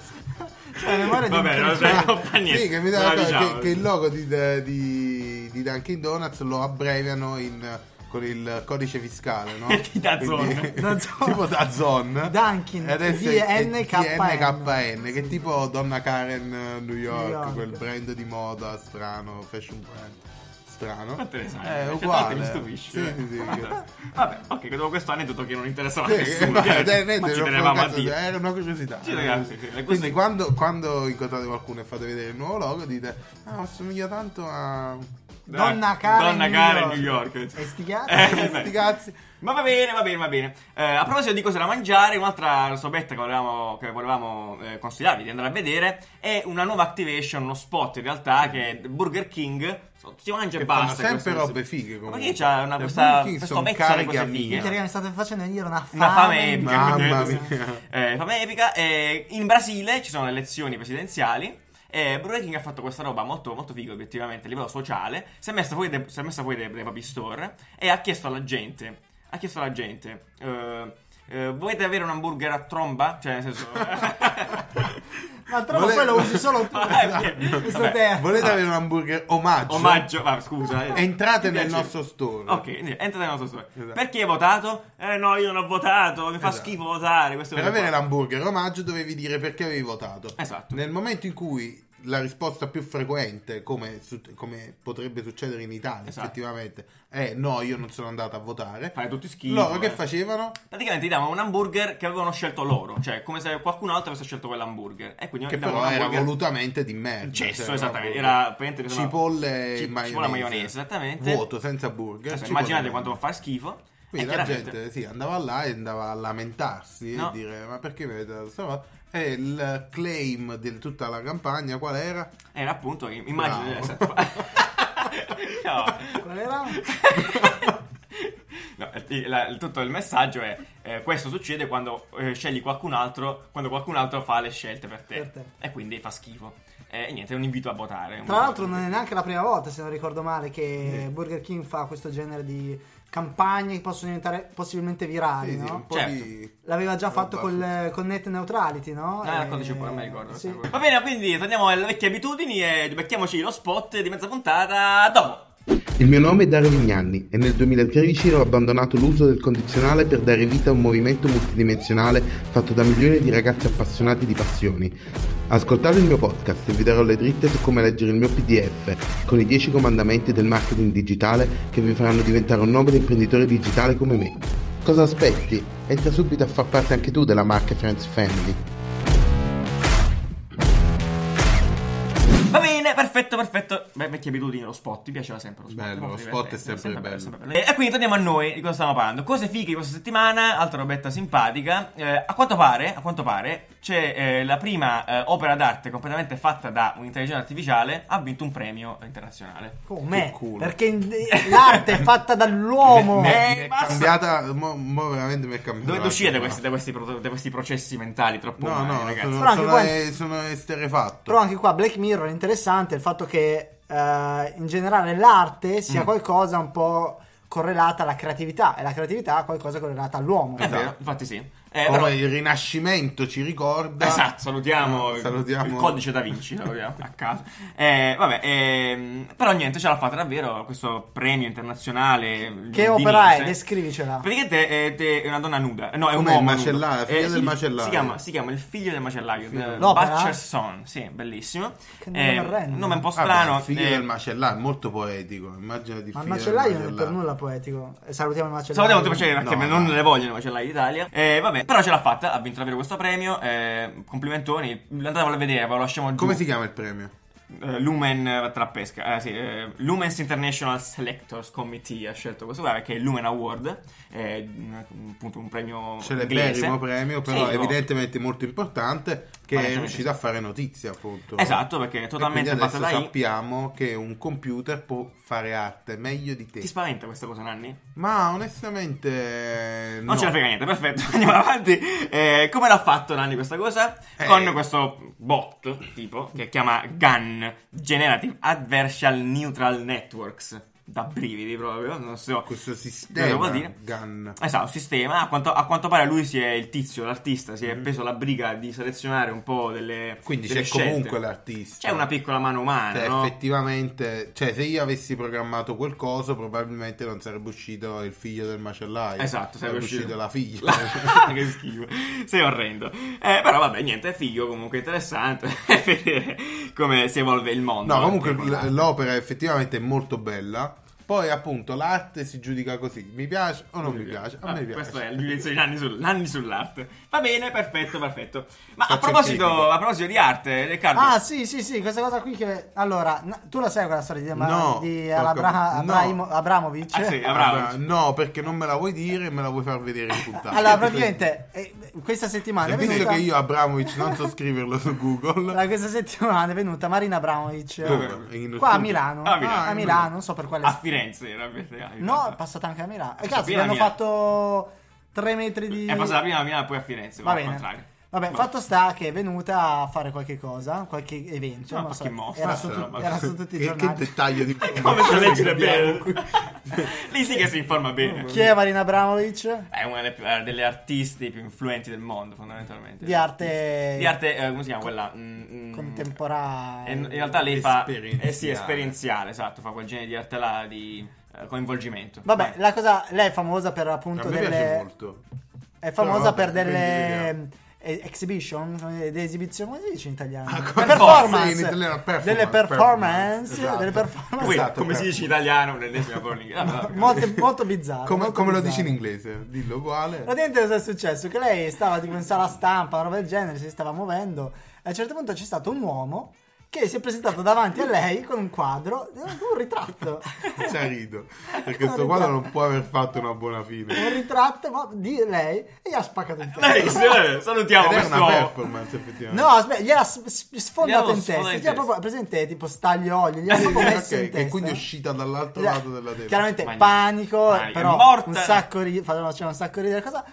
S3: la memoria di un
S1: Vabbè, non
S3: criceto.
S1: sai fa niente.
S2: Sì, che mi
S1: Non
S2: dà
S1: la
S2: la cosa
S1: diciamo.
S2: che, che il logo di, di, di Dunkin' Donuts lo abbreviano in- con il codice fiscale, no?
S1: Di Dazon.
S2: Quindi-
S3: Dazon.
S2: tipo Dazon.
S3: Dunkin',
S2: E adesso è- è DNKN, che è tipo Donna Karen eh, New York,
S3: New York.
S2: quel brand di moda strano, fashion brand strano.
S1: Ma te ne sai,
S2: È
S1: cioè,
S2: Eh, uguale.
S1: tanto mi stupisci.
S2: Sì,
S1: eh.
S2: sì, sì.
S1: Vabbè. Vabbè, ok, dopo questo aneddoto che non interessava a
S2: Sì,
S1: nessuno,
S2: ma-
S1: chiaro,
S2: dai, niente,
S1: ma ci
S2: non
S1: tenevamo
S2: fa
S1: a
S2: un cazzo,
S1: dire.
S2: Era una curiosità.
S1: Sì, ragazzi, sì, le
S2: Quindi
S1: cose-
S2: quando, quando incontrate qualcuno e fate vedere il nuovo logo dite "Ah, ma somiglia tanto a
S3: Donna Karen
S1: Donna
S3: New
S1: Karen
S3: York.
S1: New York.
S3: E sti cazzi.
S1: Eh, beh.
S2: questi cazzi".
S1: Ma va bene, va bene, va bene. Eh, a proposito di cose da mangiare, un'altra sobetta che volevamo, che volevamo, eh, consigliarvi di andare a vedere è una nuova activation, uno spot in realtà che è Burger King. So- Si mangia e
S2: Che
S1: basta.
S2: fanno sempre
S1: questo-
S2: robe fighe
S1: Ma
S2: comunque.
S1: perché c'ha una,
S2: Cioè,
S1: questa,
S2: Burger King
S1: questo
S2: son
S1: mezzo di
S2: cariche
S1: cose
S2: a
S1: fighe?
S2: minchia.
S3: Minchia, raga, mi state facendo venire una fame.
S1: Una fame epica,
S2: Mamma
S1: quindi-
S2: mia.
S1: Eh, fame epica. Eh, in Brasile ci sono le elezioni presidenziali. E Burger King ha fatto questa roba molto, molto figa obiettivamente a livello sociale. Si è messa fuori, dai- si è messa fuori dai, dai papi store e ha chiesto alla gente: ha chiesto alla gente, eh, eh, volete avere un hamburger a tromba? Cioè, nel senso.
S3: Ma troppo
S2: Vole-
S3: poi lo usi solo tu.
S1: Ah, eh, sì.
S3: Questo
S1: Vabbè,
S3: termine.
S2: Volete avere un hamburger omaggio?
S1: Omaggio, vabbè, scusa. eh.
S2: Entrate
S1: Mi
S2: nel
S1: piace.
S2: nostro store.
S1: Ok, quindi entrate nel nostro store.
S2: Esatto.
S1: Perché hai votato? Eh no, io non ho votato, mi fa
S2: Esatto.
S1: schifo votare. Questo
S2: Per
S1: quello
S2: avere
S1: qua.
S2: l'hamburger omaggio dovevi dire perché avevi votato.
S1: Esatto.
S2: Nel momento in cui la risposta più frequente, come, su- come potrebbe succedere in Italia
S1: Esatto.
S2: effettivamente, è no, io non sono andato a votare.
S1: Fare tutti schifo.
S2: Loro che
S1: eh.
S2: facevano?
S1: Praticamente gli davano un hamburger che avevano scelto loro, cioè come se qualcun altro avesse scelto quell'hamburger. E quindi
S2: Che
S1: gli davano
S2: però
S1: un
S2: era
S1: hamburger-
S2: volutamente di merda.
S1: Un cesso,
S2: cioè,
S1: esattamente.
S2: proprio
S1: Era praticamente che sembrava-
S2: cipolle
S1: ci-
S2: e maionese.
S1: cipolla e maionese, esattamente.
S2: Vuoto, senza burger.
S1: Cioè,
S2: cipolle
S1: immaginate
S2: e
S1: quanto
S2: maionese.
S1: fa schifo.
S2: Quindi
S1: E
S2: la
S1: chiaramente-
S2: gente sì, andava là e andava a lamentarsi
S1: No.
S2: e dire ma perché mi avete dato questa roba? E il claim di tutta la campagna qual era?
S1: Era appunto, immagino.
S2: Bravo.
S1: no.
S3: Qual era?
S1: No, il- la- il- tutto il messaggio è eh, questo succede quando eh, scegli qualcun altro quando qualcun altro fa le scelte per te,
S3: Per te.
S1: e quindi fa schifo Eh, E niente, è un invito a votare.
S3: Tra l'altro non è neanche la prima volta, se non ricordo male, che Burger King fa questo genere di campagne che possono diventare possibilmente virali,
S2: Sì, sì,
S3: no?
S2: un po'
S1: Certo.
S2: di...
S3: L'aveva già fatto
S2: Roba
S3: col, con net neutrality, no?
S1: Ah,
S3: E-
S1: raccontaci un po', non mi ricordo.
S3: sì.
S1: Va bene, quindi torniamo alle vecchie abitudini e becchiamoci lo spot di mezza puntata dopo.
S4: Il mio nome è Dario Vignanni e nel 2013 ho abbandonato l'uso del condizionale per dare vita a un movimento multidimensionale fatto da milioni di ragazzi appassionati di passioni. Ascoltate il mio podcast e vi darò le dritte su come leggere il mio PDF con i 10 comandamenti del marketing digitale che vi faranno diventare un nobile imprenditore digitale come me. Cosa aspetti? Entra subito a far parte anche tu della marca Friends Family.
S1: Va bene, perfetto, perfetto. Beh, vecchie abitudini, lo spot, mi piaceva sempre lo spot.
S2: Bello,
S1: molto
S2: lo spot è
S1: divertente,
S2: sempre bello.
S1: E, e quindi torniamo a noi, di cosa stiamo parlando. Cose fighe di questa settimana, altra robetta simpatica. Eh, a quanto pare, a quanto pare, c'è eh, la prima eh, opera d'arte completamente fatta da un'intelligenza artificiale, ha vinto un premio internazionale.
S3: Come?
S2: Che culo.
S3: Perché in- l'arte è fatta dall'uomo.
S1: Eh,
S2: Mi è
S1: basta.
S2: cambiata, mo, mo veramente mi è cambiata.
S1: Dovete
S2: la
S1: uscire da
S2: cosa.
S1: questi, da questi pro- da questi processi mentali troppo
S2: No,
S1: umani,
S2: no,
S1: ragazzi.
S2: sono,
S3: Però anche
S2: sono,
S3: qua-
S2: eh, sono esterefatto.
S3: Però anche qua Black Mirror è interessante il fatto che eh, in generale l'arte
S2: Mm.
S3: sia qualcosa un po' correlata alla creatività e la creatività è qualcosa correlata all'uomo.
S1: È vero,
S2: vero.
S1: infatti sì. Eh,
S2: Come
S1: però-
S2: il Rinascimento ci ricorda.
S1: Esatto, salutiamo,
S2: Eh,
S1: il-
S2: salutiamo.
S1: il codice da Vinci, salutiamo a caso. Eh, vabbè, ehm, però niente, ce l'ha fatta davvero questo premio internazionale.
S3: Che
S1: di-
S3: opera è?
S1: Nese.
S3: Descrivicela.
S1: Praticamente è, è- è una donna nuda, no, è un
S2: Com'è,
S1: uomo.
S2: il macellaio,
S1: nudo.
S2: figlio del
S1: si-
S2: macellaio.
S1: Si chiama, si chiama Il figlio del macellaio, eh,
S3: L'opera?
S1: Butcher Son, sì, bellissimo. Eh,
S3: Che nome orrendo.
S1: nome un po'
S2: Vabbè,
S1: strano.
S2: il figlio
S1: eh,
S2: del macellaio, è molto poetico. Immagina di
S3: Ma il
S2: figlio del
S3: macellaio non è per
S2: macellaio.
S3: nulla poetico. E Salutiamo il macellaio.
S1: Salutiamo tutti i macellaio perché
S2: No,
S1: non
S2: no.
S1: le vogliono macellai d'Italia. Eh, vabbè, però ce l'ha fatta, ha vinto davvero questo premio. eh, complimentoni, andatevelo a vedere, ve lo lasciamo giù.
S2: Come si chiama il premio?
S1: Eh, Lumen eh, Trappesca, eh, sì, eh, Lumens International Selectors Committee ha scelto questo qua perché è il Lumen Award, eh, un- appunto un premio
S2: Celeberrimo
S1: inglese.
S2: premio, però
S1: Sì, no.
S2: evidentemente molto importante, che è
S1: Palesemente.
S2: riuscito a fare notizia, appunto.
S1: Esatto, perché è
S2: E
S1: totalmente
S2: quindi
S1: fatta
S2: adesso
S1: da AI.
S2: sappiamo che un computer può fare arte meglio di
S1: Ti
S2: te.
S1: spaventa questa cosa, Nanni?
S2: Ma onestamente.
S1: Non ce la frega niente, perfetto, andiamo avanti. Eh, come l'ha fatto Nanni questa cosa?
S2: Eh.
S1: Con questo bot, tipo, che chiama GAN, Generative Adversarial Neutral Networks. Da brividi proprio, non so.
S2: Questo
S1: Cosa
S2: sistema
S1: vuol dire?
S2: Gun.
S1: Esatto, sistema. A quanto, a quanto pare lui si è il tizio, l'artista, si è preso la briga di selezionare un po' delle.
S2: Mm. Quindi
S1: delle
S2: c'è
S1: scelte.
S2: comunque l'artista.
S1: C'è una piccola mano umana,
S2: Cioè,
S1: Ah, no?
S2: effettivamente, cioè, se io avessi programmato quel coso, probabilmente non sarebbe uscito il figlio del macellaio.
S1: Esatto,
S2: sarebbe uscito, la figlia.
S1: La- che schifo, sei orrendo. Eh, però vabbè, niente, è figo comunque, interessante vedere come si evolve il mondo. eh,
S2: no, comunque
S1: Tipo,
S2: l- l'opera effettivamente è molto bella. Poi, appunto, l'arte si giudica così: mi piace o non mi piace? A
S1: Ah,
S2: me piace.
S1: Questo è il giudizio di Nanni, sul- Nanni sull'arte. Va bene, perfetto, perfetto. Ma a
S2: Faccio il
S1: proposito,
S2: critico.
S1: a proposito di arte, Riccardo.
S3: Ah sì sì sì questa cosa qui che allora na- tu la sai quella storia di, ma-
S2: No,
S3: di
S2: porca-
S3: Abra-
S2: no.
S3: Abraimo- Abramovic?
S1: Ah, sì,
S2: Ah,
S1: bravo.
S2: bra- no, perché non me la vuoi dire e me la vuoi far vedere in puntata.
S3: Allora praticamente eh, questa settimana
S2: E
S3: è
S2: visto
S3: venuta
S2: che io Abramovic non so scriverlo su Google,
S3: allora, questa settimana è venuta Marina Abramovic
S2: Dove? In-
S3: qua a
S2: studio?
S3: Milano,
S1: Ah, a Milano. Ah,
S3: a Milano, non so per quale
S1: A Firenze era
S3: No, è passata anche a Milano. E cazzo,
S1: Sì, a
S3: hanno
S1: Milano.
S3: fatto 3 metri di.
S1: È passata Eh, prima a Milano e poi a Firenze.
S3: Va
S1: al
S3: bene.
S1: contrario.
S3: Vabbè,
S1: Vabbè.
S3: fatto sta che è venuta a fare qualche cosa, qualche evento.
S1: No,
S3: non
S1: Ah, qualche mostra,
S3: Era,
S1: sì,
S3: su, tu-
S1: roba.
S3: era su tutti i
S2: che, che
S3: giornali.
S2: dettaglio di
S1: Come si leggere
S2: abbiamo
S1: bene? Lì sì che si informa bene.
S3: Chi è Marina Abramovic?
S1: È una delle, più- eh, delle artiste più influenti del mondo, fondamentalmente.
S3: Di arte-
S1: Di arte, eh, come si chiama quella? Mm, mm,
S3: Contemporanea.
S1: eh, In realtà lei fa.
S2: Esperienziale.
S1: Eh sì, esperienziale, esatto. Fa quel genere di arte là di eh, coinvolgimento.
S3: Vabbè,
S1: Vai.
S3: la cosa. Lei è famosa per
S2: A
S3: appunto
S2: me piace
S3: delle.
S2: molto.
S3: È famosa
S2: Però vabbè,
S3: per
S2: quindi
S3: delle. eh, Exhibition, eh, delle esibizioni, come si dice in italiano?
S2: Ah, come-
S3: performance,
S2: Sì, in italiano performance,
S3: delle performance,
S2: performance,
S3: delle
S2: esatto.
S3: performance
S1: Poi,
S2: esatto,
S1: come si
S2: bravo.
S1: dice in italiano, l'ennesima bowling. Ah, vabbè.
S3: molto, molto bizzarre.
S2: Come,
S3: molto
S2: come lo
S3: bizzarre.
S2: dici in inglese? Dillo uguale.
S3: Praticamente cosa è successo? Che lei stava tipo in sala stampa, una roba del genere, si stava muovendo. A un certo punto c'è stato un uomo che si è presentato davanti a lei con un quadro, con un ritratto.
S2: Già rido. Perché sto quadro non può aver fatto una buona fine.
S1: Eh,
S3: Un ritratto ma di lei e gli ha spaccato in testa.
S1: Dai, sì, salutiamo
S2: Ed è
S1: questo
S2: una
S1: uomo.
S2: performance, effettivamente.
S3: No, aspetta, gliel'ha s- s-
S1: Gliel'ha
S3: sfondato
S1: sfondato
S3: in testa.
S1: in
S3: Gli ha
S1: testa.
S3: proprio presente tipo staglio olio, gli ha
S2: Sì,
S3: proprio
S2: ok,
S3: messo in
S2: che
S3: testa.
S2: quindi è uscita dall'altro lato della tela.
S3: Chiaramente
S1: Magnifico.
S3: panico,
S1: Panico, è
S3: però
S1: morta.
S3: un sacco ri- faceva- faceva un sacco ridere cosa.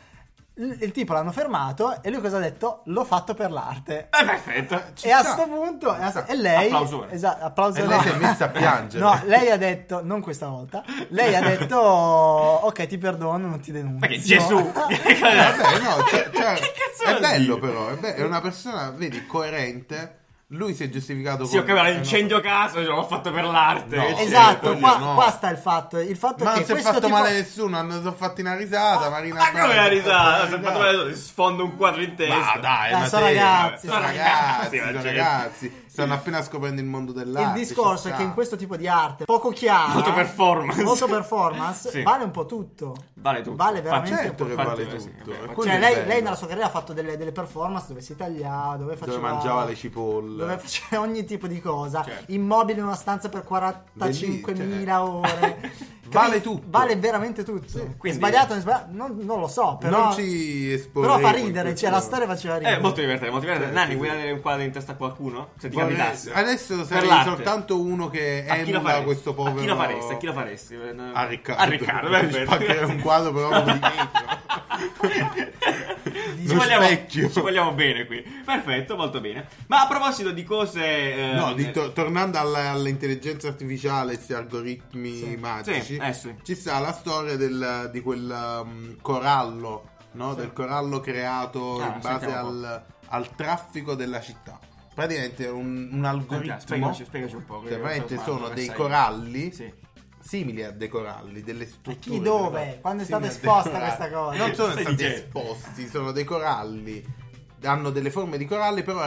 S3: il, il tipo l'hanno fermato e lui cosa ha detto? L'ho fatto per l'arte.
S1: Eh, perfetto.
S3: e a sto punto, e, a sto- e lei...
S1: Applausone.
S3: Esatto, applauso
S2: E lei si è messa a piangere.
S3: No, lei ha detto, non questa volta, lei ha detto, ok ti perdono, non ti denuncio.
S1: Perché Gesù.
S2: Eh, Vabbè, no, cioè- cioè,
S1: Che cazzo
S2: è
S1: vuol
S2: bello
S1: dire?
S2: però, è, be- è una persona, vedi, coerente. Lui si è giustificato
S1: Sì, ho
S2: con...
S1: capito,
S2: eh, no.
S1: l'incendio caso, cioè, l'ho fatto per l'arte. Cioè,
S2: No.
S1: che c'è?
S3: Esatto,
S2: Sì,
S3: qua,
S2: no.
S3: qua sta il fatto. Il fatto
S2: Ma
S3: che
S2: non si è
S3: questo
S2: fatto
S3: tipo...
S2: male nessuno, hanno sono fatti una risata, Marina.
S1: Ma Ah, come
S2: Abbate,
S1: la
S2: una
S1: risata? Se fatto male, ti sfondo un quadro in testa.
S2: Ma dai,
S3: Eh,
S2: ma
S3: sono
S2: te-
S3: ragazzi,
S2: sono
S1: sono
S2: ragazzi,
S1: ragazzi, ma
S2: sono
S1: certo.
S2: ragazzi. Stanno appena scoprendo il mondo
S3: Il
S2: dell'arte. diciamo.
S3: discorso
S2: ci
S3: è
S2: sta.
S3: che in questo tipo di arte poco chiara,
S1: Molto performance.
S3: molto performance,
S1: Sì.
S3: vale un po' tutto.
S1: Vale tutto.
S3: Vale veramente
S1: Fa-
S2: Certo che
S1: Infatti,
S2: vale
S1: sì,
S2: tutto.
S1: sì,
S2: e
S1: sì.
S2: quello
S3: Cioè,
S2: è
S3: lei,
S2: bello.
S3: lei nella sua carriera ha fatto delle, delle performance dove si tagliava, dove faceva.
S2: Dove mangiava le cipolle.
S3: dove faceva ogni tipo di cosa.
S1: Certo.
S3: Immobile in una stanza per 45.000
S2: Bellì, cioè.
S3: ore.
S2: Vale
S3: Capi-
S2: tutto.
S3: Vale veramente tutto. È
S1: quindi-
S3: sbagliato, non è sbagliato, non, non lo so. Però,
S2: Non ci esporremo
S3: però fa
S2: in
S3: ridere,
S2: questo- Eh,
S3: cioè la storia faceva ridere.
S1: È Eh, molto divertente, molto divertente.
S2: Certo,
S1: Nani, vuoi
S2: sì.
S1: dare un quadro in testa a qualcuno? Se ti
S2: Vorrei-
S1: capitasse.
S2: Adesso
S1: Per
S2: sarei
S1: l'arte.
S2: soltanto uno che
S1: A chi lo
S2: emula
S1: faresti?
S2: Eh, questo povero...
S1: A chi lo faresti? A chi lo faresti? Eh,
S2: A Riccardo.
S1: A Riccardo,
S2: Gli
S1: perfetto.
S2: spaccherei un quadro però con di dietro.
S1: Ci
S2: Lo
S1: vogliamo,
S2: specchio.
S1: ci vogliamo bene qui. Perfetto, molto bene. Ma a proposito di cose... eh,
S2: No, di- to- tornando alla- all'intelligenza artificiale, questi algoritmi magici,
S1: Sì, eh sì.
S2: ci sta la storia del- di quel um, corallo, no? del corallo creato
S1: Ah,
S2: in base
S1: sentiamo un
S2: al, al traffico della città. Praticamente è un, un algoritmo.
S1: Sentiamo, spiegaci- spiegaci un po', che
S2: Cioè, praticamente
S1: non so
S2: sono
S1: quando,
S2: dei
S1: che sai.
S2: coralli
S1: Sì.
S2: simili a dei coralli, delle strutture.
S3: chi, dove?
S2: delle cose.
S3: Quando è stata
S2: Simili a dei
S3: esposta
S2: coralli.
S3: questa cosa?
S2: Non sono
S1: Stai
S2: stati
S1: dicendo.
S2: esposti, sono dei coralli. Hanno delle forme di coralli, però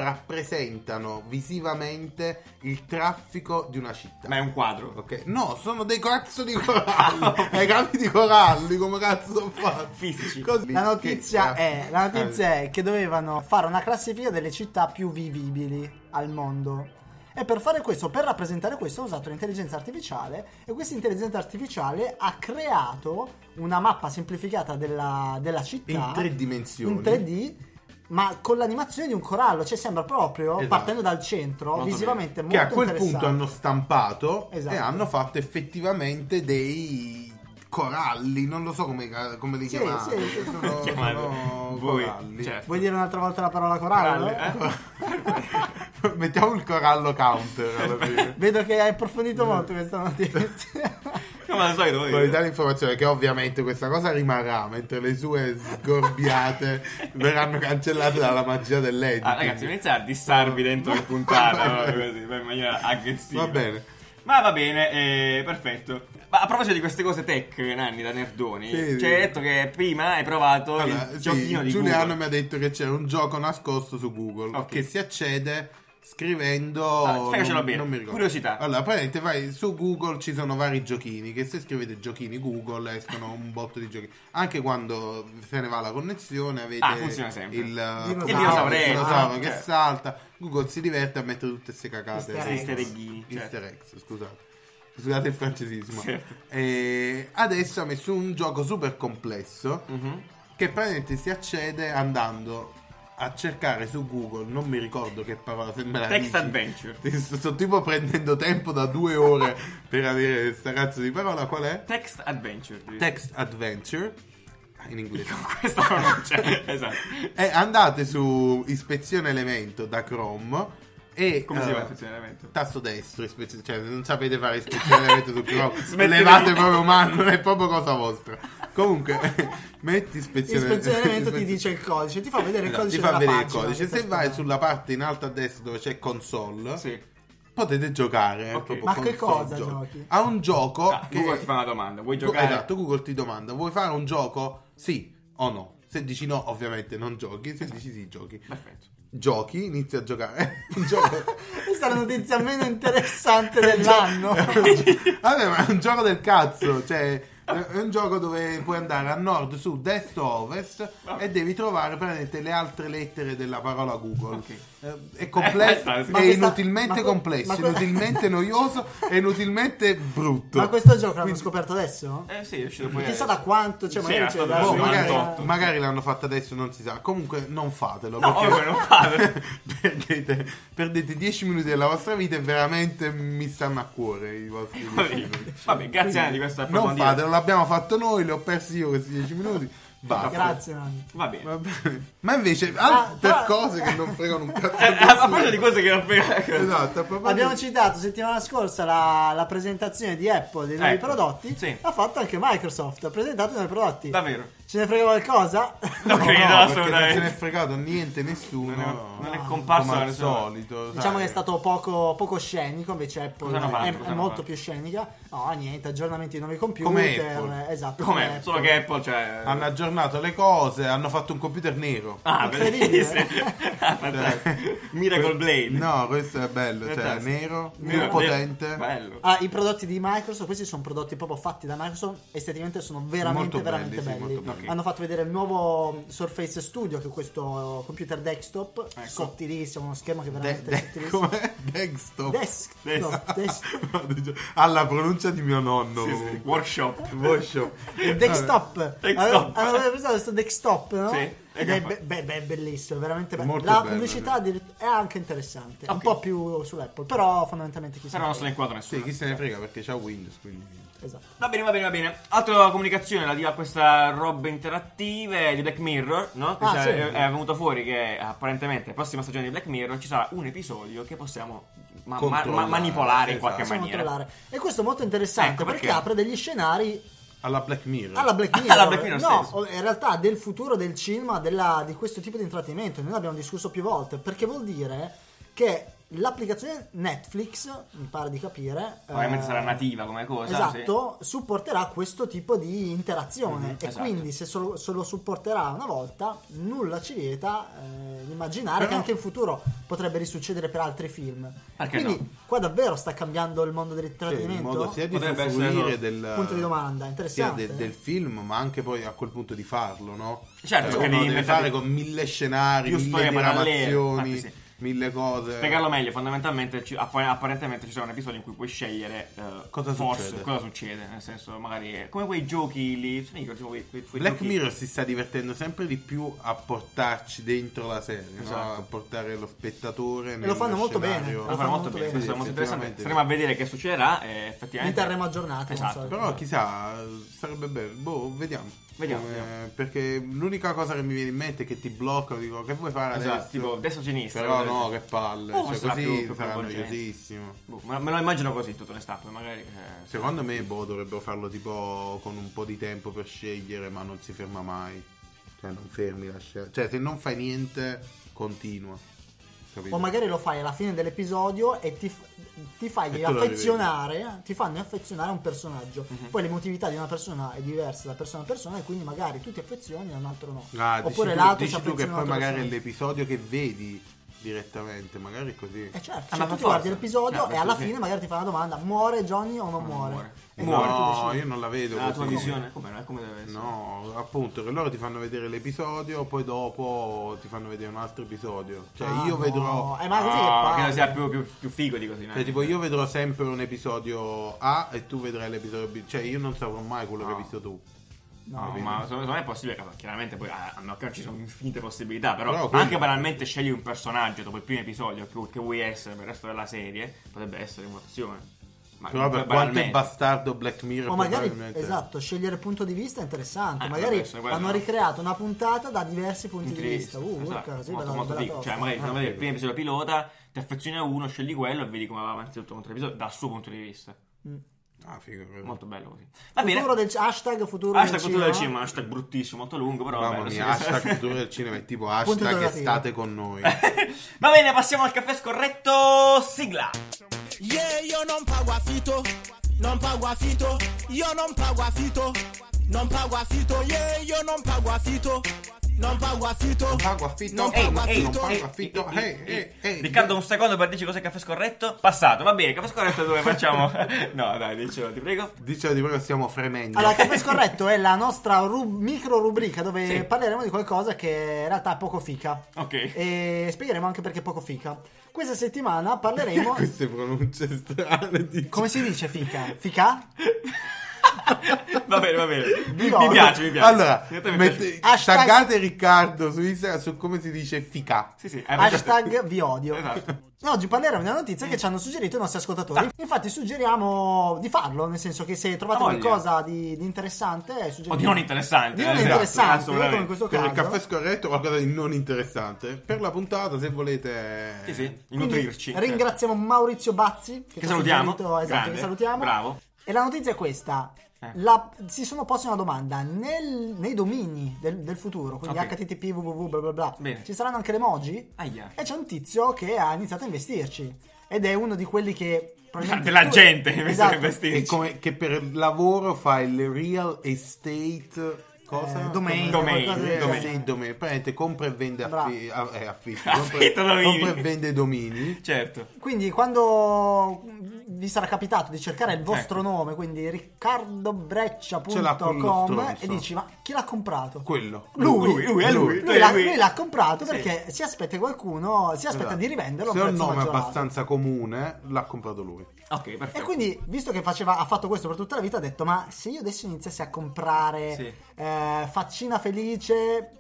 S2: rappresentano visivamente il traffico di una città.
S1: Ma è Ah, un quadro.
S2: Ok, no, sono dei cazzo di coralli. Ai capi di coralli, come cazzo sono fatti?
S1: Fisici.
S2: Così.
S3: La notizia,
S2: Che- eh,
S3: è, la notizia è che dovevano fare una classifica delle città più vivibili al mondo. E per fare questo, per rappresentare questo, ho usato l'intelligenza artificiale e questa intelligenza artificiale ha creato una mappa semplificata della, della città.
S2: In tre dimensioni.
S3: In 3D, ma con l'animazione di un corallo. Cioè sembra proprio,
S2: Esatto.
S3: partendo dal centro,
S1: Molto
S3: visivamente molto
S2: Che a quel
S3: interessante.
S2: punto hanno stampato
S3: Esatto.
S2: e hanno fatto effettivamente dei coralli. Non lo so come, come li
S3: Sì,
S2: chiamate.
S3: sì, sì.
S2: Sono,
S1: Chiamate
S2: sono
S1: voi,
S2: coralli.
S1: certo.
S3: Vuoi dire un'altra volta la parola corallo?
S2: eh?
S1: Corallo,
S2: Mettiamo il corallo counter alla fine.
S3: Vedo che hai
S2: Mm.
S3: approfondito molto questa notizia.
S1: Come al solito, vuoi dire.
S2: Vorrei dare l'informazione che ovviamente questa cosa rimarrà mentre le sue sgorbiate verranno cancellate dalla magia dell'editing.
S1: Ah, ragazzi, inizia a dissarvi dentro le puntate
S2: Va bene.
S1: no? Così, in maniera aggressiva.
S2: Va bene.
S1: Ma va bene, eh, perfetto. Ma a proposito di queste cose tech, Nanni, da nerdoni,
S2: Sì,
S1: ci
S2: sì.
S1: hai detto che prima hai provato
S2: Allora,
S1: il
S2: sì,
S1: giochino di
S2: Giuliano
S1: Google.
S2: mi ha detto che c'è un gioco nascosto su Google
S1: Ok.
S2: che si accede scrivendo
S1: Ah, spiegacelo
S2: non,
S1: bene.
S2: non mi ricordo.
S1: Curiosità.
S2: Allora, praticamente vai su Google ci sono vari giochini che se scrivete giochini Google escono un botto di giochi. Anche quando se ne va la connessione avete
S1: Ah, funziona sempre.
S2: il
S3: Dinosauro.
S1: Il dinosauro,
S2: dinosauro
S1: ah,
S2: che
S1: certo.
S2: salta. Google si diverte a mettere tutte queste cacate.
S3: Easter
S1: Gli easter egghini,
S2: Gli
S1: certo.
S2: easter eggs, scusate. Scusate il francesismo.
S1: Certo.
S2: E adesso ha messo un gioco super complesso
S1: Mhm.
S2: che praticamente si accede andando a cercare su Google, non mi ricordo che parola sembra.
S1: Text adventure.
S2: Sto tipo prendendo tempo da due ore per avere questa cazzo di parola. Qual è?
S1: Text Adventure. devi
S2: Text Adventure. Ah, In
S1: dire.
S2: inglese.
S1: Con questa pronuncia. esatto.
S2: E andate su ispezione elemento da Chrome. E,
S1: Come si chiama
S2: eh,
S1: funzionamento?
S2: Tasto destro, ispezione- cioè se non sapete fare ispezione elemento su Chrome,
S1: Smettete
S2: levate
S1: di-
S2: proprio mano, non è proprio cosa vostra. Comunque, metti ispezione
S3: Ispezionamento ti
S2: ispezione-
S3: dice il codice, ti fa vedere il
S2: Esatto,
S3: codice
S2: ti fa
S3: della
S2: vedere il
S3: pagina,
S2: codice.
S3: che
S2: Se
S3: sta
S2: vai
S3: scrivendo.
S2: sulla parte in alto a destra dove c'è console,
S1: Sì.
S2: potete giocare.
S1: Ok.
S2: proprio
S3: Ma che
S2: console
S3: cosa
S2: giochi.
S3: giochi?
S2: A un gioco
S1: Ah,
S2: che
S1: Google ti fa una domanda. Vuoi
S2: Gu-
S1: giocare?
S2: Esatto, Google ti domanda: vuoi fare un gioco? Sì o no? Se dici no, ovviamente non giochi. Se dici sì, giochi.
S1: Perfetto.
S2: Giochi, inizi a giocare. Un gioco.
S3: Questa è la notizia meno interessante dell'anno.
S2: Vabbè, ma è un gioco del cazzo. Cioè, è un gioco dove puoi andare a nord, sud, est, ovest e devi trovare praticamente le altre lettere della parola Google.
S1: Ok.
S2: Eh, È complesso,
S1: Eh,
S2: è
S3: ma questa- ma
S2: inutilmente
S3: que-
S2: complesso,
S3: ma que-
S2: inutilmente noioso e inutilmente brutto.
S3: Ma questo gioco l'hanno
S2: Quindi-
S3: scoperto adesso?
S1: Eh sì, è uscito poi.
S3: Chissà da quanto, cioè
S1: Sì,
S3: magari
S1: era
S3: c'è
S1: stato
S3: da-
S2: Boh,
S1: Sì,
S2: magari,
S1: 98.
S2: magari l'hanno fatto adesso, non si sa. Comunque, non fatelo.
S1: No,
S2: perché-
S1: come non fate?
S2: perdete, perdete 10 minuti della vostra vita e veramente mi stanno a cuore i vostri 10
S1: Vabbè,
S2: minuti.
S1: vabbè, grazie Anna di questa
S2: Non
S1: approfondita.
S2: fatelo, l'abbiamo fatto noi, li ho persi io questi 10 minuti. Basta.
S3: Grazie, Nanni.
S1: Va bene.
S2: Va bene. Ma invece,
S3: Ah,
S2: altre
S3: tra-
S2: cose che non fregano un cazzo.
S1: Eh,
S2: a
S1: a
S2: nessuno.
S1: parte di cose che non appena.
S2: Esatto, a proposito-
S3: Abbiamo citato settimana scorsa la, la presentazione di Apple dei nuovi
S1: Ecco,
S3: prodotti.
S1: sì.
S3: L'ha fatta anche Microsoft. Ha presentato i nuovi prodotti.
S1: Davvero.
S3: Ce ne frega qualcosa?
S1: Non credo
S2: No, no, perché non
S1: assolutamente.
S2: se n'è fregato niente nessuno.
S1: Non è- non è
S2: No,
S1: comparso
S2: come al
S1: nessuno.
S2: solito. sai.
S3: Diciamo che è stato poco, poco scenico, invece Apple
S1: Cosa hanno
S3: è,
S1: fatto?
S3: è
S1: Cosa hanno
S3: molto
S1: fatto?
S3: più scenica. No, niente, aggiornamenti di nuovi computer.
S2: Come Apple.
S3: Esatto.
S1: Com'è? Solo che Apple, cioè.
S2: Hanno aggiornato le cose, hanno fatto un computer nero.
S1: Ah,
S3: Incredibile.
S1: bellissimo. Ah, fantastico. Miracle
S2: Que-
S1: Blade.
S2: No, questo è bello, cioè
S1: Fantastico.
S2: nero, più
S1: Miracle Blade.
S2: potente.
S1: Bello.
S3: Ah, I prodotti di Microsoft, questi sono prodotti proprio fatti da Microsoft, esteticamente sono
S2: Molto
S3: veramente,
S2: belli,
S3: veramente
S2: sì,
S3: belli.
S2: molto belli.
S3: Hanno fatto vedere il nuovo Surface Studio, che è questo computer desktop,
S1: Ecco.
S3: sottilissimo, uno schermo che è
S2: De-
S3: veramente
S2: de-
S3: sottilissimo.
S2: com'è? Desktop.
S3: Desktop, desktop.
S2: Vado giù. Alla pronuncia di mio nonno.
S1: Sì, sì. Workshop.
S2: Workshop.
S3: Il desktop.
S1: Desktop.
S3: Allora, allora, pensate questo desktop, no?
S1: Sì, e
S3: Ed
S1: che
S3: è
S1: fa?
S3: be- be- be- bellissimo, veramente bello.
S2: Molto
S3: La
S2: bello,
S3: pubblicità addirittura è anche interessante, un
S1: Ok.
S3: po' più sull'Apple, però fondamentalmente chi
S1: Però non se
S3: frega.
S1: ne inquadra
S2: Sì,
S1: nessuno.
S2: chi se ne frega perché c'ha Windows, quindi niente.
S3: Esatto.
S1: Va bene, va bene, va bene. Altra comunicazione relativa a questa roba interattiva è di Black Mirror, no? Che
S3: Ah,
S1: c'è-
S3: sì.
S1: è, è venuto fuori che apparentemente la prossima stagione di Black Mirror ci sarà un episodio che possiamo ma- ma- ma-
S2: Controllare,
S1: manipolare in qualche
S2: esatto.
S3: Possiamo
S1: maniera.
S3: controllare. E questo è molto interessante
S1: Ecco,
S3: perché?
S1: perché? Mm.
S3: apre degli scenari
S2: Alla Black Mirror.
S3: alla Black Mirror,
S1: Alla Black Mirror
S3: no,
S1: stesso.
S3: in realtà del futuro del cinema, della- di questo tipo di intrattenimento. Noi l'abbiamo discusso più volte perché vuol dire che l'applicazione Netflix, mi pare di capire,
S1: Probabilmente
S3: eh,
S1: sarà nativa come cosa.
S3: Esatto, supporterà questo tipo di interazione
S1: Mhm,
S3: e
S1: esatto.
S3: quindi se solo- se lo supporterà una volta nulla ci vieta eh, di immaginare
S2: Però-
S3: che anche in futuro potrebbe risuccedere per altri film.
S1: Perché
S3: quindi qua davvero sta cambiando il mondo
S2: Cioè, in
S3: dell'intrattenimento?
S2: modo sia di
S1: Potrebbe essere loro.
S2: usufruire del
S3: Punto di domanda,
S2: sia
S3: interessante.
S2: de- del film, ma anche poi a quel punto di farlo, no?
S1: Certo,
S2: Cioè,
S1: perché
S2: uno
S1: devi
S2: deve
S1: inventare
S2: fare con mille scenari,
S1: più
S2: mille
S1: storie parallele,
S2: diramazioni,
S1: infatti
S2: mille cose.
S1: sì. Spiegarlo meglio, fondamentalmente ci- appa- apparentemente ci sarà un episodio in cui puoi scegliere eh,
S2: Cosa
S1: forse
S2: succede.
S1: cosa succede, nel senso magari come quei giochi lì, sai, quei- quei- quei
S2: Black
S1: giochi-
S2: Mirror si sta divertendo sempre di più a portarci dentro la serie, no?
S1: Esatto.
S2: a portare lo spettatore nel
S3: lo fanno molto bene.
S2: scenario.
S1: Lo farà molto bene,
S2: bene.
S1: questo è molto interessante.
S2: Sì,
S1: Staremo a vedere che succederà e
S3: Mi
S1: effettivamente...
S3: terremo aggiornato.
S1: Esatto.
S3: non so.
S2: Però chissà, sarebbe bello. Boh, vediamo.
S1: Vediamo,
S2: Come-
S1: vediamo.
S2: Perché l'unica cosa che mi viene in mente è che ti bloccano, dico che vuoi fare
S1: Esatto,
S2: adesso?
S1: tipo destra sinistra.
S2: Però no, che palle.
S1: Oh,
S2: cioè,
S1: sarà più-
S2: così
S1: più
S2: sarà
S1: coinvolgente.
S2: noiosissimo.
S1: Boh, me me lo immagino così, tutto onestà, poi magari... eh,
S2: Secondo me, boh, dovrebbero farlo tipo con un po' di tempo per scegliere, ma non si ferma mai. Cioè, non fermi la scelta. Cioè, se non fai niente, continua. Capito?
S3: O magari lo fai alla fine dell'episodio e ti, f- ti
S2: E
S3: fai
S2: tu lo
S3: affezionare, ti fanno affezionare a un personaggio.
S2: Mhm.
S3: Poi l'emotività di una persona è diversa da persona a persona e quindi magari tu ti affezioni e un altro no.
S2: Ah, dici
S3: Oppure
S2: tu-
S3: l'altro si
S2: dici tu che
S3: affeziona a
S2: poi
S3: un'altra
S2: magari è
S3: persona.
S2: l'episodio che vedi direttamente, magari è così.
S3: Eh certo,
S1: Ah,
S3: cioè,
S1: ma
S3: tu
S1: per
S3: ti
S1: forza.
S3: guardi l'episodio
S1: Eh,
S3: e
S1: questo
S3: alla
S1: sì.
S3: fine magari ti fa la domanda muore Johnny o non muore?
S1: muore.
S3: E
S1: Muore. Ah,
S3: allora tu
S2: Eh, No,
S3: decidi.
S2: io non la vedo.
S1: la tua
S2: questa cosa.
S1: visione, come, no? come deve essere?
S2: No, appunto, che loro ti fanno vedere l'episodio, poi dopo ti fanno vedere un altro episodio. Cioè,
S3: Ah,
S2: io
S3: no.
S2: vedrò.
S3: Eh, ma così che
S1: No,
S3: palle.
S1: credo Ah, sia più, più, più figo di così. no?
S2: Cioè, tipo, io vedrò sempre un episodio A e tu vedrai l'episodio B. Cioè, io non saprò mai quello che
S1: No.
S2: hai visto tu.
S1: No,
S3: No.
S1: ma secondo me è possibile, che- chiaramente poi ah, a a mio caso ci sono infinite possibilità, però,
S2: Però quello-
S1: anche banalmente scegli un personaggio dopo il primo episodio che, che vuoi essere per il resto della serie, potrebbe essere un'opzione. Ma
S2: Però per quanto è
S1: banalmente.
S2: bastardo Black Mirror,
S3: O magari
S2: probabilmente-
S3: esatto, scegliere punto di vista è interessante.
S1: Eh,
S3: magari
S1: vabbè, se quello-
S3: hanno ricreato una puntata da diversi punti, di vista. Uh,
S1: esatto,
S3: urca, così
S1: molto,
S3: bella-
S1: molto
S3: bella
S1: figo.
S3: cosa.
S1: Cioè, magari
S2: Ah,
S1: andiamo a vedere il
S2: figo.
S1: primo episodio pilota, ti affezioni a uno, scegli quello e vedi come va avanti tutto contro l'episodio dal suo punto di vista.
S3: Mm.
S2: Ah, figo. quello.
S1: Molto bello così. Va bene.
S3: Futuro del, hashtag futuro
S1: Hashtag
S3: del
S1: cultura del
S3: cinema.
S1: cinema, hashtag bruttissimo, molto lungo, però
S2: Mamma
S1: bello, sì.
S2: mia, hashtag cultura del cinema è tipo hashtag
S3: interrogativo.
S2: estate con noi.
S1: Va bene, passiamo al caffè scorretto, sigla.
S5: Yeah, yo non pago affitto, non pago affitto, io non pago affitto, non pago affitto, yeah, io non pago affitto, non pago affitto.
S2: Pago affitto,
S5: Non
S2: pago
S5: pago
S2: affitto, non
S5: affitto,
S2: pago
S5: ehi,
S2: affitto. Ehi, ehi, ehi.
S1: Riccardo, un secondo per dirci cos'è il caffè scorretto. Passato, va bene, il caffè scorretto dove facciamo? no, dai, dicelo, ti prego.
S2: Dicevo di prima stiamo fremendo.
S3: Allora, Caffè Scorretto è la nostra ru- micro rubrica dove
S1: Sì.
S3: parleremo di qualcosa che in realtà è poco fica.
S1: Ok.
S3: E spiegheremo anche perché è poco fica. Questa settimana parleremo.
S2: Queste pronunce strane di
S3: come si dice fica? Fica?
S1: Va bene, va bene. Mi,
S3: No.
S1: mi piace, Ah, mi piace.
S2: Allora,
S1: In realtà mi
S2: mette-
S1: piace.
S3: Hashtag-
S2: taggate Riccardo su Instagram su come si dice fica.
S1: Sì, sì, eh,
S3: Hashtag vi odio.
S1: Esatto.
S3: No, Oggi parleremo di una notizia che ci hanno suggerito i nostri ascoltatori. Infatti, suggeriamo di farlo, nel senso che se trovate
S1: Ha voglia.
S3: qualcosa di, di interessante, eh,
S1: O
S3: suggerite.
S1: di non interessante.
S3: Di non
S1: esatto,
S3: interessante, come in
S1: assolutamente.
S3: questo
S2: Per il
S3: caso.
S2: caffè scorretto qualcosa di non interessante. Per la puntata, se volete... eh,
S1: Sì, sì,
S3: Quindi
S1: nutrirci. certo.
S3: Ringraziamo Maurizio Bazzi
S1: Che salutiamo.
S3: esatto,
S1: Grande,
S3: che salutiamo.
S1: Bravo.
S3: E la notizia è questa.
S1: Eh.
S3: La- si sono posti una domanda Nel- nei domini del, del futuro quindi
S1: Ok.
S3: http www bla bla bla
S1: Bene.
S3: ci saranno anche le emoji
S1: Aia.
S3: e c'è un tizio che ha iniziato a investirci ed è uno di quelli che probabilmente
S1: Della
S3: tu-
S1: gente invece che
S3: Esatto.
S2: E
S1: investirci.
S2: come, che per lavoro fa il real estate... Cosa?
S3: Eh, domain,
S1: Domain,
S3: qualcosa del
S1: domain.
S2: Real
S3: genere.
S2: estate domain. Praticamente compra e vende
S3: Bravo.
S2: affi- a- eh, affitti.
S1: Affitta
S2: compra,
S1: domini.
S2: compra e vende domini.
S1: Certo.
S3: Quindi quando vi sarà capitato di cercare il vostro
S1: Ecco.
S3: nome, quindi
S2: Ce l'ha con lo
S3: riccardobreccia.com
S2: stronzo.
S3: e dici ma chi l'ha comprato?
S2: Quello.
S3: Lui,
S1: Lui, lui, è lui.
S3: Lui l'ha,
S1: Lui.
S3: lui l'ha comprato
S1: Sì.
S3: perché si aspetta che qualcuno, si aspetta
S2: Esatto.
S3: di rivenderlo a
S2: Se
S3: un
S2: è un
S3: prezzo
S2: nome
S3: maggiorato.
S2: abbastanza comune, l'ha comprato lui.
S1: Ok,
S3: E
S1: perfetto.
S3: quindi, visto che faceva- ha fatto questo per tutta la vita, ha detto: Ma se io adesso iniziassi a comprare
S1: Sì.
S3: eh, faccina felice,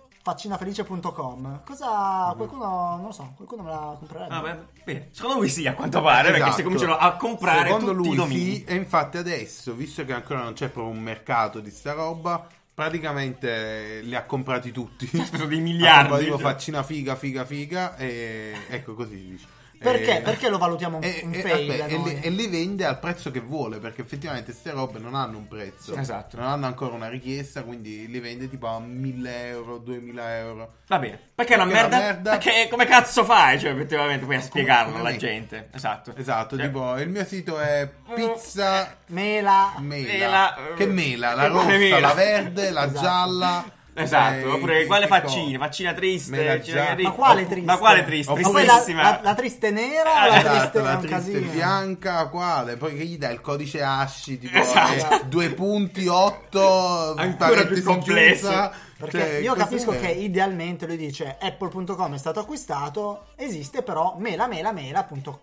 S3: faccinafelice.com, cosa qualcuno, non lo so, qualcuno me la comprerebbe?
S1: Vabbè, bene. Secondo lui sì, a quanto pare, perché
S2: Esatto.
S1: se Ah, cominciano a comprare
S2: Secondo
S1: tutti
S2: lui
S1: i domini.
S2: sì, e infatti adesso, visto che ancora non c'è proprio un mercato di sta roba, praticamente li ha comprati tutti.
S1: speso dei
S2: Ha
S1: miliardi.
S2: comprato tipo faccina figa, figa, figa, e ecco così si dice.
S3: Perché?
S2: Eh,
S3: Perché lo valutiamo un,
S2: E,
S3: un
S2: e-
S3: fail
S2: aspetta,
S3: da
S2: e
S3: noi?
S2: li, e li vende al prezzo che vuole perché effettivamente queste robe non hanno un prezzo
S1: Esatto.
S2: non hanno ancora una richiesta quindi li vende tipo a 1000 euro 2000 euro
S1: Va bene. Perché è una
S2: Perché è
S1: merda?
S2: una merda?
S1: Perché come cazzo fai? Cioè, effettivamente, poi a spiegarlo
S2: come
S1: alla
S2: me.
S1: gente. Esatto.
S2: esatto
S1: Cioè,
S2: tipo il mio sito è
S1: Eh.
S2: pizza
S3: Mela.
S2: Mela.
S1: Mela, eh,
S2: Che mela? La
S1: che
S2: rossa,
S1: mela.
S2: la verde, la
S3: Esatto.
S2: gialla.
S1: Esatto,
S2: eh,
S1: oppure
S2: che-
S1: quale
S2: che cosa?
S1: faccina? Faccina triste,
S2: Mela
S1: cioè,
S2: gialla.
S1: ri-
S3: Ma quale
S1: o-
S3: triste?
S1: Ma quale triste?
S3: Ma poi la,
S1: Tristissima.
S3: la, la triste nera o la
S1: Esatto,
S3: triste,
S2: Esatto, la
S3: è un
S2: triste
S3: casino.
S2: bianca, quale? Poi che gli dà il codice ASCII, tipo
S1: Esatto.
S2: eh, due punti, otto,
S1: Ancora
S2: parentesi
S1: più complesso.
S2: chiusa.
S3: Perché
S2: Cioè,
S3: io
S2: cos'è?
S3: capisco che idealmente lui dice Apple.com è stato acquistato, esiste però mela mela mela.com.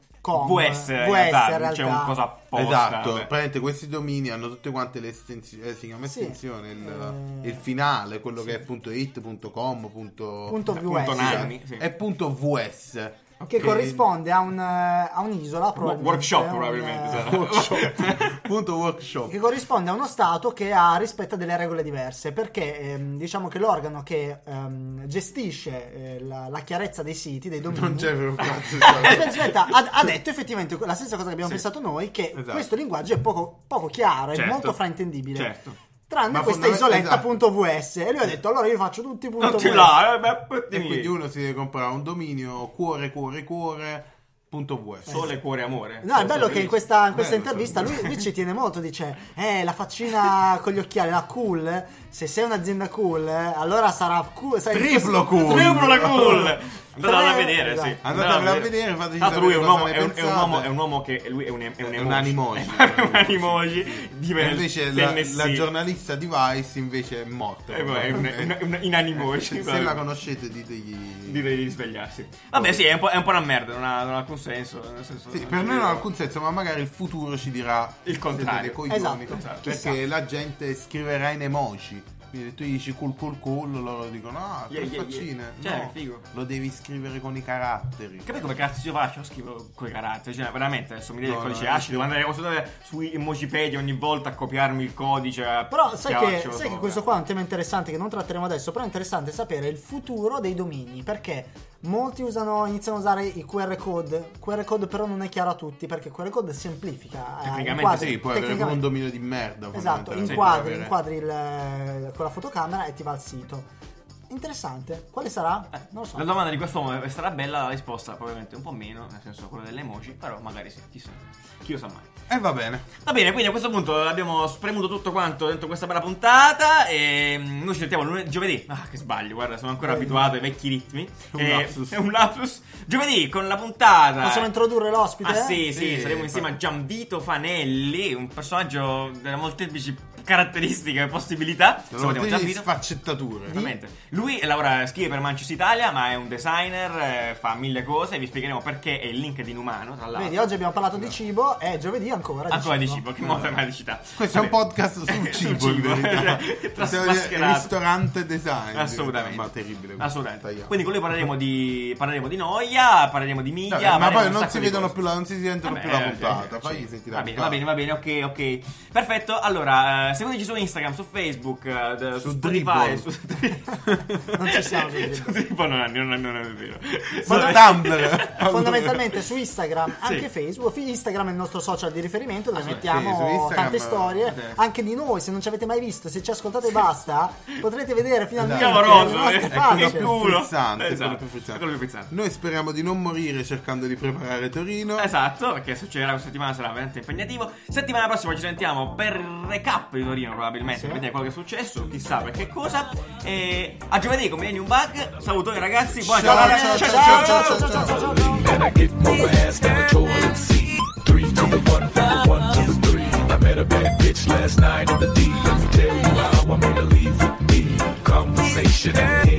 S1: Può essere,
S3: Può
S1: in realtà,
S3: essere,
S1: non
S3: in
S1: c'è
S3: realtà.
S1: un cosa apposta.
S2: Esatto,
S1: vabbè.
S2: praticamente questi domini hanno tutte quante le estensioni, eh, si chiama
S3: Sì.
S2: estensione, il,
S3: Eh,
S2: il finale, quello che è punto .it, punto .com, punto,
S3: Punto
S2: sì,
S3: VS.
S1: Nanni, sì.
S2: è punto .vs.
S3: Che corrisponde a, un, eh, a un'isola probabilmente,
S1: workshop,
S3: un, eh,
S1: probabilmente, sarà.
S2: workshop. punto workshop.
S3: che corrisponde a uno Stato che ha, rispetta delle regole diverse, perché ehm, diciamo che l'organo che ehm, gestisce eh, la, la chiarezza dei siti, dei domini...
S2: Non c'è per un cazzo. di
S3: Aspetta,
S2: parola.
S3: Eh, aspetta, ha, ha detto effettivamente la stessa cosa che abbiamo
S1: Sì.
S3: pensato noi, che
S2: Esatto.
S3: questo linguaggio è poco, poco chiaro, è
S1: Certo.
S3: molto fraintendibile.
S1: Certo.
S3: Tranne
S2: Ma
S3: questa
S2: fondament-
S3: isoletta.vs e lui ha detto allora io faccio tutti i punto
S1: Non ti
S3: VS.
S1: là, eh, beh,
S2: e
S1: dimmi.
S2: quindi uno si deve comprare un dominio cuore cuore cuore punto .vs.
S1: Sole, cuore, amore.
S3: No, è bello che in questa, in questa
S2: Bello,
S3: intervista lui,
S2: bello.
S3: lui ci tiene molto, dice, eh, la faccina con gli occhiali, la cool, eh, se sei un'azienda cool, eh, allora sarà cool. sai-
S2: Triplo cool.
S1: Triplo la cool! Andatela a
S3: Tre-
S1: vedere, sì.
S3: esatto.
S2: Andatevela a
S1: Andatela
S2: vedere, fateci
S1: Tanto lui è un,
S2: sapere
S1: uomo,
S2: cosa
S1: è, un,
S2: ne
S1: è un
S2: pensate.
S1: uomo, è un uomo che lui è un, è un
S2: È un animoji.
S1: È un animoji di
S2: E invece la,
S1: Tennessee.
S2: la giornalista di Vice invece è morta.
S1: Eh, beh, è un, un, un
S2: Eh,
S1: inanimoji.
S2: se, se la conoscete ditegli...
S1: di, di svegliarsi. Vabbè, sì, è un po', è un po' una merda, non ha, non ha alcun senso. nel senso-
S2: Sì, per noi non ha alcun senso, ma magari il futuro ci dirà
S1: Il contrario.
S2: siete dei coglioni,
S3: Esatto,
S2: perché
S3: chissà.
S2: la gente scriverà in emoji. Quindi tu dici cool cool cool, loro dicono ah,
S1: Yeah,
S2: tre
S1: yeah, yeah.
S2: faccine.
S1: Cioè,
S2: No,
S1: figo.
S2: lo devi scrivere con i caratteri.
S1: Capite come cazzo io faccio? Scrivo quei caratteri, cioè veramente adesso mi dai
S2: No,
S1: il codice
S2: no,
S1: ASCII, devo andare, posso andare su Emojipedia ogni volta a copiarmi il codice. a
S3: Però sai, che,
S1: schiacciarlo
S3: sai che
S1: sopra.
S3: questo qua è un tema interessante che non tratteremo adesso, però è interessante sapere il futuro dei domini, perché molti usano, iniziano a usare i QR code, QR code però non è chiaro a tutti, perché QR code semplifica. eh,
S1: Tecnicamente
S3: inquadri-
S2: Sì, puoi avere come un
S3: tecnicamente-
S2: dominio di merda.
S3: Esatto,
S2: fondamentalmente.
S3: inquadri,
S2: Puoi avere-
S3: inquadri il- eh, con la fotocamera e ti va al sito. Interessante, quale sarà? Non lo so.
S1: Eh, La domanda di quest'uomo è- sarà bella, la risposta probabilmente un po' meno, nel senso quella delle emoji, però magari sì, chissà, chi lo sa mai.
S2: E Eh, va bene.
S1: Va bene, quindi a questo punto abbiamo spremuto tutto quanto dentro questa bella puntata e mm, noi ci sentiamo lunedì, giovedì, ah che sbaglio, guarda sono ancora abituato ai vecchi ritmi,
S2: Un
S1: Eh,
S2: lapsus.
S1: è un lapsus, giovedì con la puntata.
S3: Possiamo introdurre l'ospite?
S1: Ah sì, sì,
S2: Sì,
S1: saremo
S2: fa-
S1: insieme a Gianvito Fanelli, un personaggio della molteplici caratteristiche e possibilità. Se
S2: Sono
S1: abbiamo già
S2: delle
S1: capito.
S2: sfaccettature.
S1: Esattamente. Lui lavora, scrive per Manchus Italia, ma è un designer, eh, fa mille cose, vi spiegheremo perché è il LinkedIn umano, tra l'altro. Ah,
S3: Vedi, oggi abbiamo parlato di cibo e giovedì ancora di
S1: Ancora di
S3: cibo.
S1: cibo, che modo è mai di città?
S2: Questo è un podcast sul cibo, in verità. Possiamo dire
S1: Trasmascherato.
S2: ristorante design.
S1: cioè, Assolutamente.
S2: Ma terribile.
S1: Assolutamente.
S2: Tagliamo.
S1: Quindi con lui parleremo di, parleremo di noia, parleremo di media.
S2: Vabbè, ma
S1: parleremo di
S2: poi
S1: un
S2: non
S1: sacco
S2: si
S1: di
S2: vedono
S1: cose.
S2: più, la- non si sentono
S1: Vabbè,
S2: più la
S1: eh,
S2: puntata.
S1: eh,
S2: Fagli
S1: sì.
S2: sentire
S1: va bene, va
S2: la puntata.
S1: bene, va bene, ok, ok. Perfetto. Allora, eh, seguiteci su Instagram, su Facebook, eh, d- su
S2: Su
S1: Spotify,
S2: Dribble.
S1: su
S3: Non ci siamo su Dribble.
S1: Su Dribble non, non, non, non è vero.
S2: Ma
S1: Vabbè.
S2: Tumblr.
S3: Fondamentalmente su Instagram, anche
S1: Sì.
S3: Facebook, Fi- Instagram è il nostro social di riferimento dove
S2: sì, Ah, su
S3: mettiamo
S2: Instagram,
S3: tante storie,
S2: eh,
S3: anche di noi, se non ci avete mai visto, se ci ascoltate e basta, potrete vedere finalmente
S2: Esatto.
S3: le
S1: Clamoroso,
S3: nostre
S1: eh,
S2: quello
S1: che
S3: facce.
S2: più
S1: culo.
S2: frizzante, quello
S1: Esatto,
S2: più frizzante.
S1: quello più frizzante.
S2: Noi speriamo di non morire cercando di preparare Torino.
S1: Esatto, perché succederà questa settimana sarà veramente impegnativo. Settimana prossima ci sentiamo per il recap di Torino, probabilmente,
S3: Sì.
S1: per vedere quello che è successo, chissà per che cosa. E a giovedì con Millennium Bug. Salutoni ragazzi, buona
S2: Ciao,
S1: giornata.
S2: ciao,
S1: Ciao,
S2: ciao,
S1: ciao, ciao.
S2: ciao,
S3: ciao, ciao, ciao, ciao, ciao.
S6: and I get my ass down the toilet seat. Three to the one, from the one to the three. I met a bad bitch last night at the D. Let me tell you how I made her leave with me. Conversation and